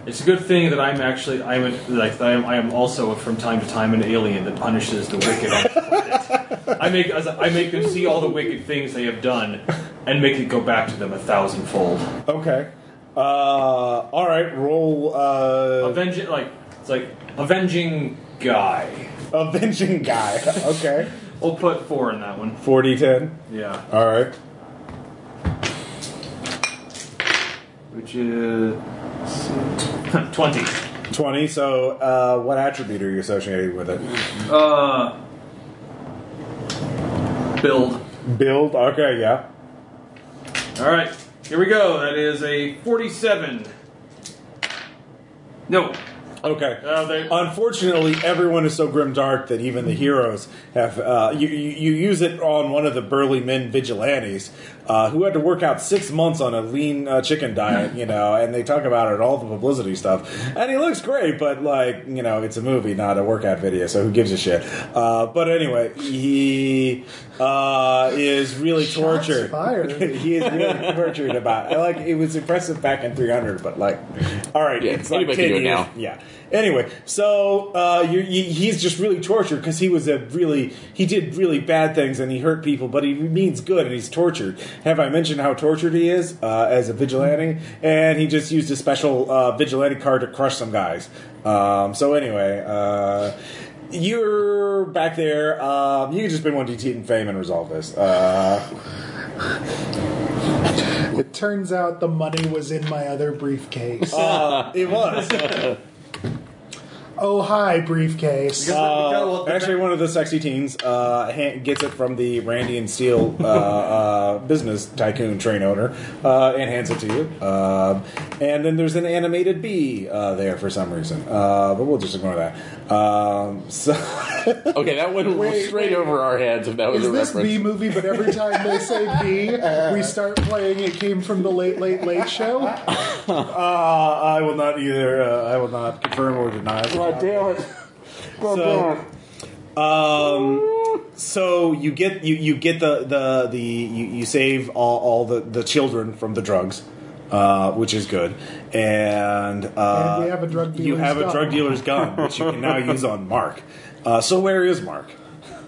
It's a good thing that I'm actually I'm a, like I am, I am also from time to time an alien that punishes the wicked. on the planet. I make as- I make them see all the wicked things they have done, and make it go back to them a thousandfold.
Okay. Uh, all right. Roll uh,
Avenging like it's like avenging guy.
avenging guy. Okay.
We'll put four in that one.
Forty ten.
Yeah,
All right.
which is twenty.
Twenty. So uh, what attribute are you associating with it?
Uh, build.
Build. Okay. Yeah.
All right, here we go. That is a forty-seven. No.
Okay.
Uh, they,
Unfortunately, everyone is so grim dark that even the heroes have. Uh, you, you you use it on one of the burly men vigilantes uh, who had to work out six months on a lean uh, chicken diet, you know, and they talk about it in all the publicity stuff. And he looks great, but like you know, it's a movie, not a workout video, so who gives a shit? Uh, but anyway, he uh, is really
Shots
tortured.
fired.
he is really tortured about. Like it was impressive back in 300, but like, all right,
Yeah,
it's like 10
anybody can do it
years-
now.
yeah. Anyway, so uh, you you he's just really tortured because he was a really he did really bad things and he hurt people, but he means good and he's tortured. Have I mentioned how tortured he is uh, as a vigilante? And he just used a special uh, vigilante card to crush some guys. Um, so anyway, uh, you're back there. Um, you can just spend one DT in fame and resolve this. Uh,
It turns out the money was in my other briefcase.
uh, it was
oh, hi, briefcase.
Uh, actually, one of the sexy teens uh, ha- gets it from the Randy and Steel uh, uh, business tycoon train owner uh, and hands it to you. Um and then there's an animated bee uh, there for some reason, uh, but we'll just ignore that. Um, so,
Okay, that went
Wait,
straight
wait.
over our heads if that was
Is
a
this
reference.
B movie? But every time they say B, we start playing. It came from the Late Late Late Show.
uh, I will not either. Uh, I will not confirm or deny.
damn it!
So- Um, so you get you, you get the the the you, you save all, all the the children from the drugs. uh, which is good. And, uh,
And we have a drug
you have a
dealer's
drug
gun.
dealer's gun, which you can now use on Mark. Uh, so where is Mark?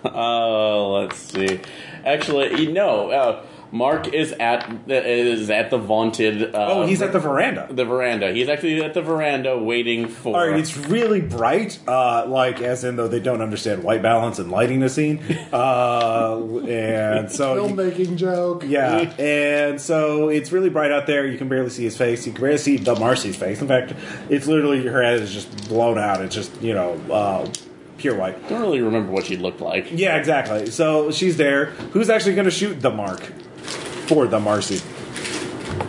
Uh, let's see. Actually, no. Uh, Mark is at the, is at the vaunted. Uh,
Oh, he's at the veranda.
the veranda. He's actually at the veranda waiting for.
All right, it's really bright, uh, like as in though they don't understand white balance and lighting a scene, uh, and so Oh, you-
Filmmaking joke.
Yeah, and so it's really bright out there. You can barely see his face. You can barely see the Marcy's face. In fact, it's literally her head is just blown out. It's just you know uh, pure white.
I don't really remember what she looked like.
Yeah, exactly. So she's there. Who's actually going to shoot the mark for the Marcy?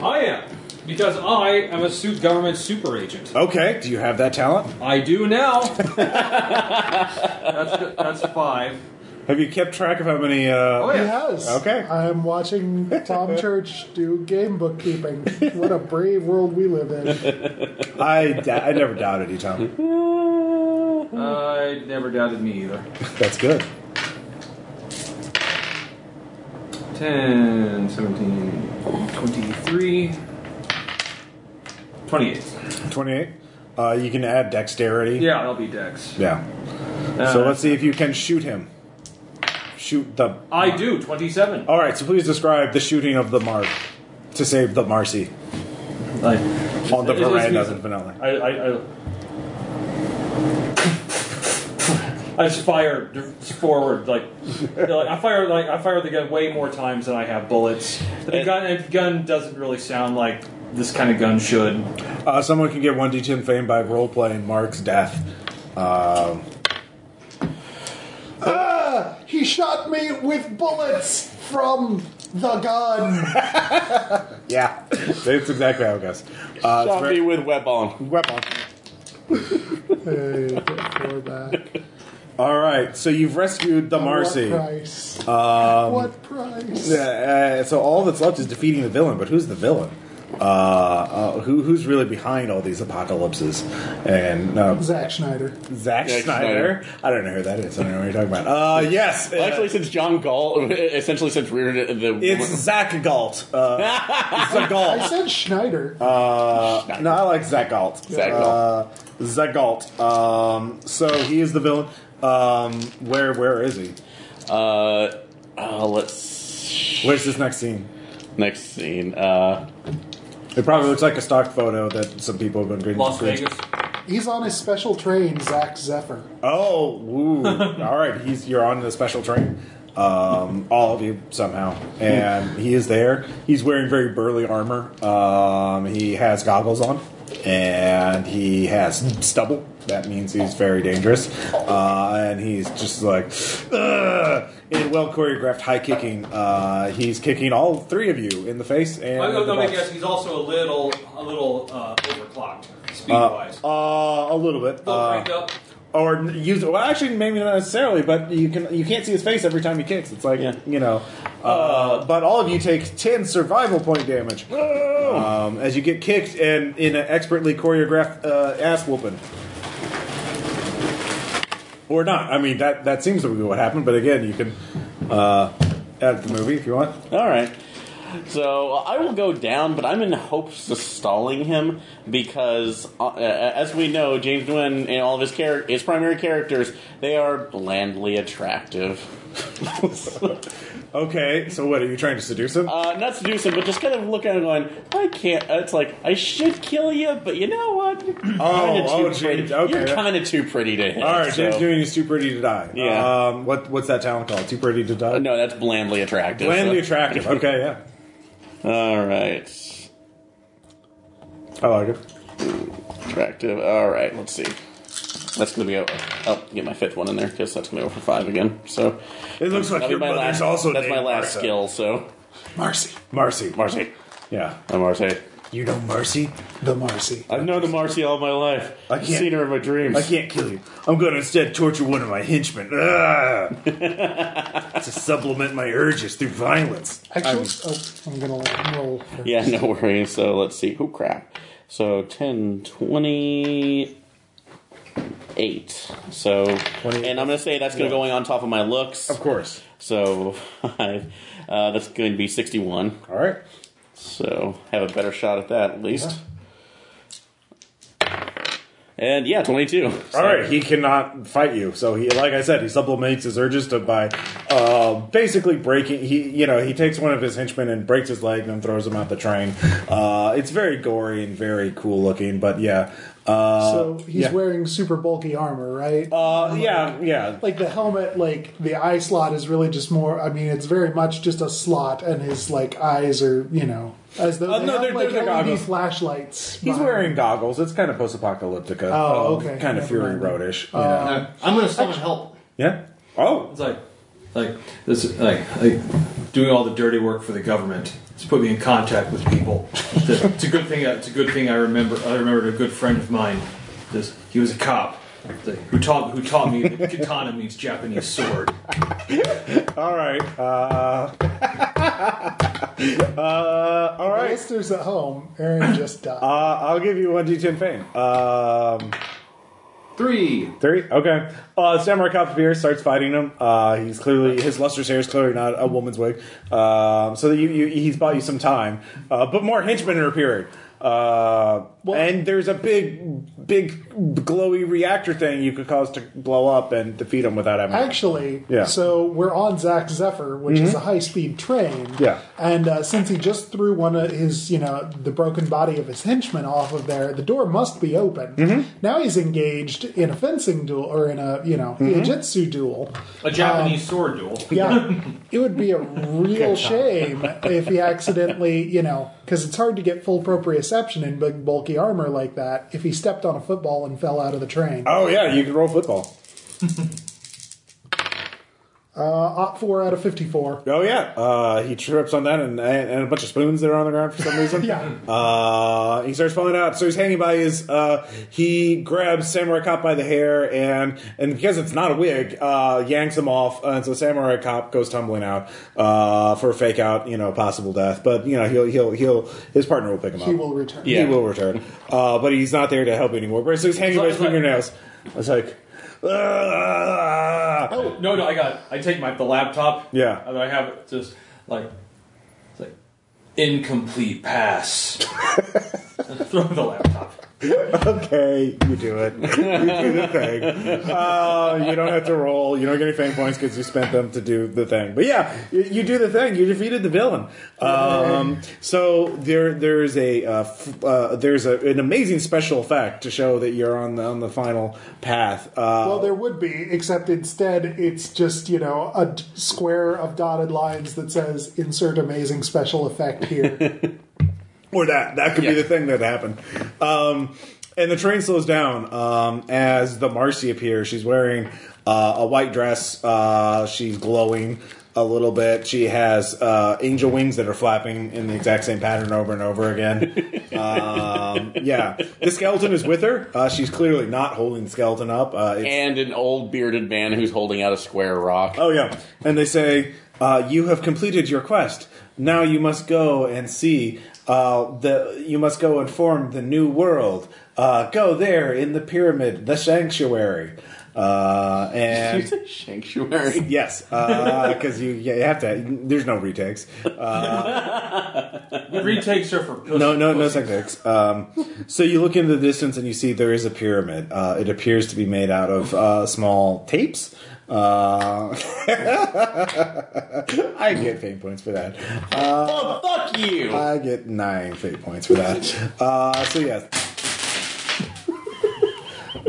I am because I am a suit government super agent.
Okay, do you have that talent?
I do now. that's that's five.
Have you kept track of how many? Uh,
Oh,
He
yeah.
has.
Okay.
I'm watching Tom Church do game bookkeeping. What a brave world we live in.
I da- I never doubted you, Tom.
I Uh, never doubted me either.
That's good.
10, 17, 23, 28.
Twenty-eight. Uh, you can add dexterity.
Yeah, Uh, that'll be Dex.
Yeah. so let's see if you can shoot him. Shoot the
I do, 27.
All right, so please describe the shooting of the mark to save the Marcy
Like,
on the
It- it is
veranda
music.
in Vanilla.
I, I, I, I just fire d- forward like, like I fire like I fire the gun way more times than I have bullets. The
And-
gun the gun doesn't really sound like this kind of gun should.
Uh, someone can get one d10 fame by role playing Mark's death. Um,
Ah, he shot me with bullets from the gun.
yeah, that's exactly how it goes. Uh, it's
Shot me
very-
with web on.
weapon.
Hey, for that.
All right, so you've rescued the Marcy. Um,
What price? what price?
Yeah, uh, so all that's left is defeating the villain, but who's the villain? Uh, uh, who, who's really behind all these apocalypses? And uh,
Zack Schneider.
Zack
Zack
Snyder. I don't know who that is. I don't know what you're talking about. Uh, yes,
Well, actually, since John Gall essentially since Reardon the
It's Zach Galt. Uh,
I
Zagalt.
said Schneider.
Uh, no, I like Zach Galt.
Zach
Uh, Zach Galt. Um, so he is the villain. Um, where where is he?
uh, uh, let's
Where's this next scene?
next scene. Uh,
It probably looks like a stock photo that some people have been green.
Las
green-
Vegas.
He's on his special train, Zack Zephyr.
Oh, ooh. all right. He's you're on the special train. Um, all of you somehow, and he is there. He's wearing very burly armor. Um, he has goggles on, and he has stubble. That means he's very dangerous, uh, and he's just like "Ugh," in well choreographed high kicking. Uh, he's kicking all three of you in the face and
I,
in the
I, I
balls.
guess he's also a little a little uh, overclocked speed
uh,
wise.
uh, a little bit.
They'll
Uh,
crank up.
or n- use well actually maybe not necessarily but you can you can't see his face every time he kicks it's like
Yeah.
you know uh, but all of you take 10 survival point damage um, as you get kicked and in an expertly choreographed uh, ass whooping or not i mean that that seems to be what happened but again you can uh, edit the movie if you want
all right. So uh, I will go down, but I'm in hopes of stalling him because, uh, uh, as we know, James Nguyen and all of his char- his primary characters they are blandly attractive.
okay so what are you trying to seduce him
uh, not seduce him, but just kind of look at him going, I can't. uh, It's like I should kill you, but you know what? You're kinda
oh,
too
James,
pretty.
okay,
You're
that-
kind of too pretty to hit.
all right james
so-
doing is too pretty to die
Yeah.
um, what, what's that talent called too pretty to die
No, that's blandly attractive.
blandly
so-
attractive okay yeah
All right,
i like it
attractive. All right, let's see. That's gonna be. A, I'll get my fifth one in there because that's gonna go for five again. So
It looks like
that'll
your
be my
mother's
last.
also
that's my
named
last
Martha.
skill. So
Marcy.
Marcy.
Marcy,
Yeah.
I'm Marcy.
You know Marcy?
The Marcy.
I've known the Marcy all my life.
I
I've
can't-
seen her in my dreams.
I can't kill you. I'm going to instead torture one of my henchmen. Ugh. to supplement my urges through violence.
Actually, I'm, oh, I'm gonna let him roll. first.
Yeah, no worries. So let's see. Oh, crap. So 10, 28. So, and I'm going to say that's going to go on top of my looks.
Of course.
So, five. Uh, that's going to be 61.
All right.
So have a better shot at that at least. And yeah, twenty-two.
All right, he cannot fight you. So he, like I said, he supplements his urges to by uh, basically breaking. He, you know, he takes one of his henchmen and breaks his leg, then throws him out the train. Uh, it's very gory and very cool looking, but yeah, uh,
So he's
yeah.
wearing super bulky armor, right?
uh, yeah, yeah.
like the helmet, like the eye slot is really just more. I mean, it's very much just a slot, and his like eyes are, you know, as though
Uh,
they
no,
have,
they're-
like
they're the
LED
goggles.
flashlights.
He's
behind.
wearing goggles. It's kind of post-apocalyptic.
Oh, okay.
Kind of
Never
Fury
mind.
Roadish. You know.
Uh, I'm going to summon help.
Yeah. Oh,
It's like, like this, like, like doing all the dirty work for the government. It's put me in contact with people. It's a, it's a good thing. uh, It's a good thing. I remember. I remembered a good friend of mine. This, he was a cop. It's like, Who taught Who taught me that katana means Japanese sword?
all right. Uh, uh, all right.
Listeners at home, Aaron just died.
Uh, I'll give you one D10 fame. Um,
Three.
Three. Okay. Uh, Samurai Cop appears, starts fighting him. Uh, he's clearly his lustrous hair is clearly not a woman's wig. Um, so you, you, he's bought you some time, uh, but more henchmen are appearing. Uh, and there's a big, big glowy reactor thing you could cause to blow up and defeat him without having.
Actually,
Yeah. Mm-hmm.
so we're on Zack Zephyr, which is a high-speed train.
Yeah.
And uh, since he just threw one of his, you know, the broken body of his henchman off of there, the door must be open.
Mm-hmm.
Now he's engaged in a fencing duel or in a, you know,
Mm-hmm.
jiu-jitsu duel.
A Japanese sword duel.
Yeah, it would be a real shame if he accidentally, you know, because it's hard to get full proprioception in big bulky armor like that. If he stepped on a football and fell out of the train, uh,
oh yeah, you can roll football.
op Uh, four out of fifty-four.
Oh yeah, uh, he trips on that and, and a bunch of spoons that are on the ground for some reason.
Yeah.
Uh, he starts falling out, so he's hanging by his. Uh, he grabs Samurai Cop by the hair, and and because it's not a wig, uh, yanks him off, and so Samurai Cop goes tumbling out uh, for a fake out, you know, possible death. But you know, he'll he'll he'll his partner will pick him up.
He will return.
He will return, uh, but he's not there to help anymore. But so he's hanging by his
It's like-
fingernails. It's like. "Ah."
No, no, I got. It. I take my the laptop.
Yeah.
and I have it just like, it's like incomplete pass. Throw the laptop.
Okay, you do it. You do the thing. Uh, you don't have to roll. You don't get any fame points because you spent them to do the thing. But yeah, you, you do the thing. You defeated the villain. Um, so there, there's a uh, f- uh, there's a, an amazing special effect to show that you're on the on the final path. Uh,
Well, there would be, except instead it's just you know a d- square of dotted lines that says "Insert amazing special effect here."
or that that could be the thing that happened. Um, and the train slows down um, as the Marcy appears. She's wearing uh, a white dress. Uh, she's glowing a little bit. She has uh, angel wings that are flapping in the exact same pattern over and over again. um, yeah, the skeleton is with her. Uh, she's clearly not holding the skeleton up. Uh, it's,
and an old bearded man who's holding out a square rock.
Oh yeah, and they say uh, you have completed your quest. Now you must go and see uh, the. You must go and form the new world. Uh, go there in the pyramid, the sanctuary, uh, and
Sanctuary.
yes, because you, you have to. There's no retakes.
Retakes her for pussy.
No, no, no
pussy.
sex acts. Um, so you look into the distance and you see there is a pyramid. Uh, it appears to be made out of uh, small tapes. Uh, I get fame points for that. Uh,
Oh, fuck you!
I get nine fate points for that. Uh, so yes.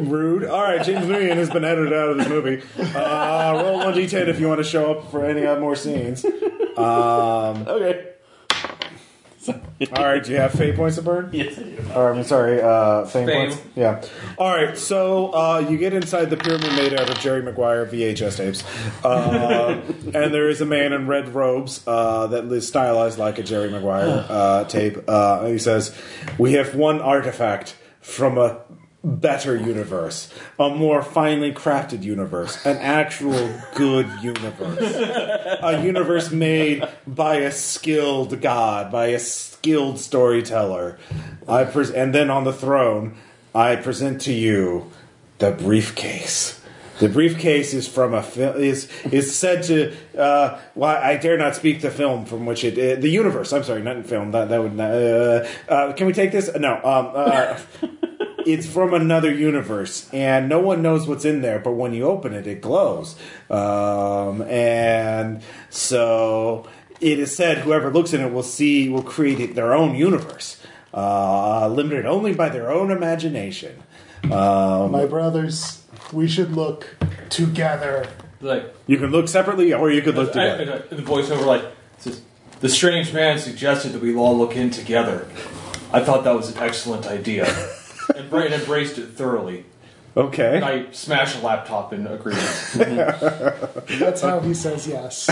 Rude. All right, James Nguyen has been edited out of this movie. Uh, roll one d10 if you want to show up for any uh, more scenes.
okay.
All right, do you have fate points to burn?
Yes, I do.
Or, I'm sorry, uh, fame,
Fame.
points. Yeah. All right, so uh, you get inside the pyramid made out of Jerry Maguire VHS tapes, uh, and there is a man in red robes uh, that is stylized like a Jerry Maguire uh, tape. Uh, and he says, "We have one artifact from a." Better universe, a more finely crafted universe, an actual good universe a universe made by a skilled god, by a skilled storyteller. I pres- and then on the throne, I present to you the briefcase. The briefcase is from a film. is is said to. Uh, why I dare not speak the film from which it. Uh, the universe. I'm sorry, not in film. That that would. Not, uh, uh, can we take this? No. Um, uh, it's from another universe, and no one knows what's in there. But when you open it, it glows. Um, and so it is said, whoever looks in it will see will create their own universe, uh, limited only by their own imagination. Um,
My brothers, we should look together.
Like,
You can look separately, or you could look
I-
together.
I- the voiceover, like, says, the strange man suggested that we all look in together. I thought that was an excellent idea. and Brian embraced it thoroughly. And
Okay.
I smashed a laptop in agreement.
That's how he says yes.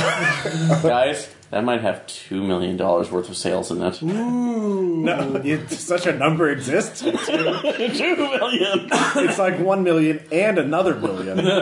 Guys, that might have $2 million worth of sales in it. $2
No, it, such a number exists.
million!
It's like one million and another million.
There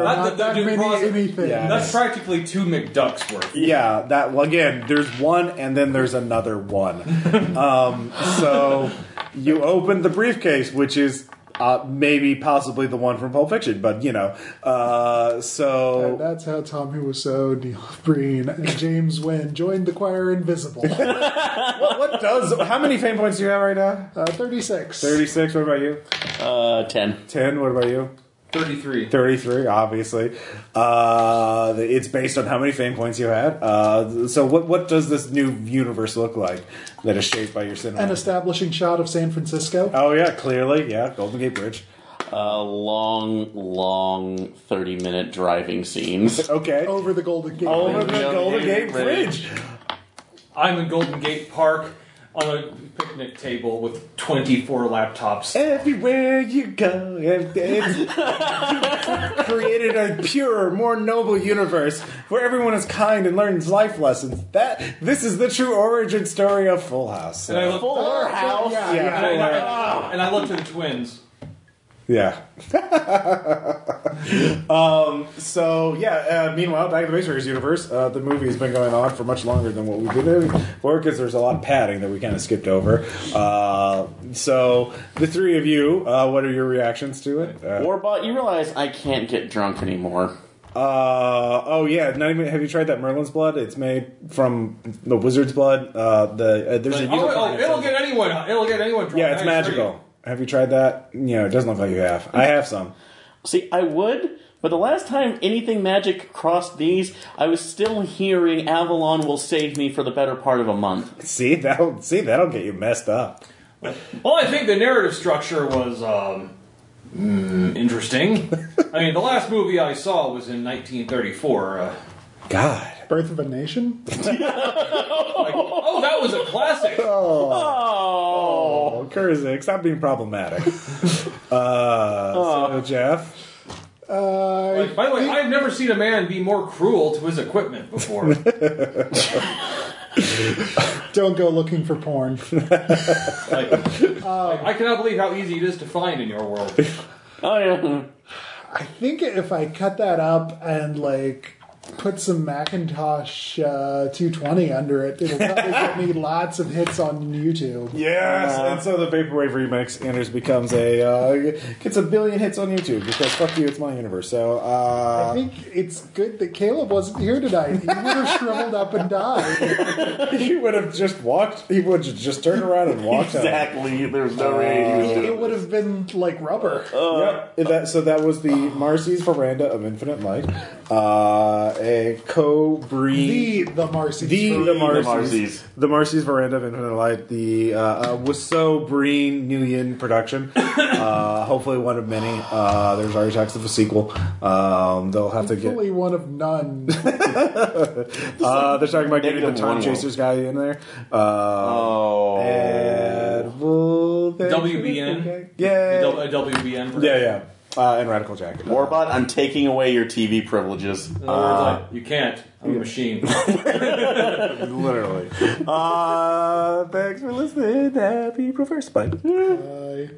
are
Not
not
that
that
they're
many
doing pros-
anything.
Yeah.
That's practically two McDucks worth.
Yeah, that. Well, again, there's one, and then there's another one. Um, so you open the briefcase, which is uh, maybe possibly the one from Pulp Fiction, but you know. Uh,
And
so
that's how Tommy Wiseau, Neil Breen, and James Wynn joined the choir Invisible.
what, what does? How many fame points do you have right now?
Uh, 36.
Thirty-six. What about you?
Uh, 10.
Ten. What about you?
33.
33 obviously uh, it's based on how many fame points you had uh, so what, what does this new universe look like that is shaped by your cinema
An establishing shot of San Francisco.
oh yeah clearly yeah golden gate bridge
Uh, long, long 30 minute driving scenes.
okay
Over the Golden Gate.
over
Bridge.
the golden gate bridge,
I'm in Golden Gate Park on a picnic table with 24 laptops.
everywhere you go it- it- you created a purer more noble universe where everyone is kind and learns life lessons that this is the true origin story of full house
And I look,
Fuller House!
Yeah,
Yeah,
yeah.
and I, and I- and I look to the twins.
Yeah. um, so yeah. Uh, meanwhile, back in the Baseballers universe, uh, the movie has been going on for much longer than what we did for because there's a lot of padding that we kind of skipped over. Uh, so the three of you, uh, what are your reactions to it? Uh,
Warbot, you realize I can't get drunk anymore.
uh, oh yeah, not even. Have you tried that Merlin's blood? It's made from the wizard's blood. Uh, the uh, there's a
Like,
unicorn
oh, oh,
that
it'll
says-
get anyone. It'll get anyone. drunk.
yeah, it's
I agree.
magical. Have you tried that? You know, it doesn't look like you have. I have some.
See, I would, but the last time anything magic crossed these, I was still hearing Avalon will save me for the better part of a month.
See that'll see that'll get you messed up.
Well, I think the narrative structure was um, mm, interesting. I mean, the last movie I saw was in 1934. Uh,
God.
Birth of a Nation?
like, oh, that was a classic.
Oh,
Oh, Kurzik, stop being problematic. uh, so, Jeff.
Uh,
Like, by the way, I've never seen a man be more cruel to his equipment before.
don't go looking for porn.
Like, I cannot believe how easy it is to find in your world.
oh yeah.
I think if I cut that up and like put some Macintosh uh, 220 under it, it'll probably get me lots of hits on YouTube.
Yes, and so the Vaporwave remix enters becomes a uh, gets a billion hits on YouTube because fuck you, it's my universe. So
I
uh,
think it's good that Caleb wasn't here tonight. He would have shriveled up and died.
he would have just walked. He would have just turned around and walked. out.
Exactly. There's no way he was
It
doing
would have been like rubber.
um, Yep. and That, so that was the Marcy's Veranda of Infinite Light, uh, a co-breed
The the Marcy.
The, the, Marcy's, the
Marcy's.
Marcy's. Veranda of Infinite Light, the uh, uh, Wiseau Breen Nguyen production. uh, hopefully one of many. Uh, there's already talks of a sequel. Um, they'll have to get.
Fully one of none.
Uh, they're talking about getting the
Negative one
Time
will.
Chasers guy in there. Uh,
Oh.
And we'll
WBN. A
Yeah.
WBN. production.
Yeah, yeah. Uh, and Radical Jacket.
Warbot, I'm taking away your TV privileges.
In other words, like, you can't. I'm a machine.
Literally. uh, thanks for listening. Happy Perverse Bite.
I-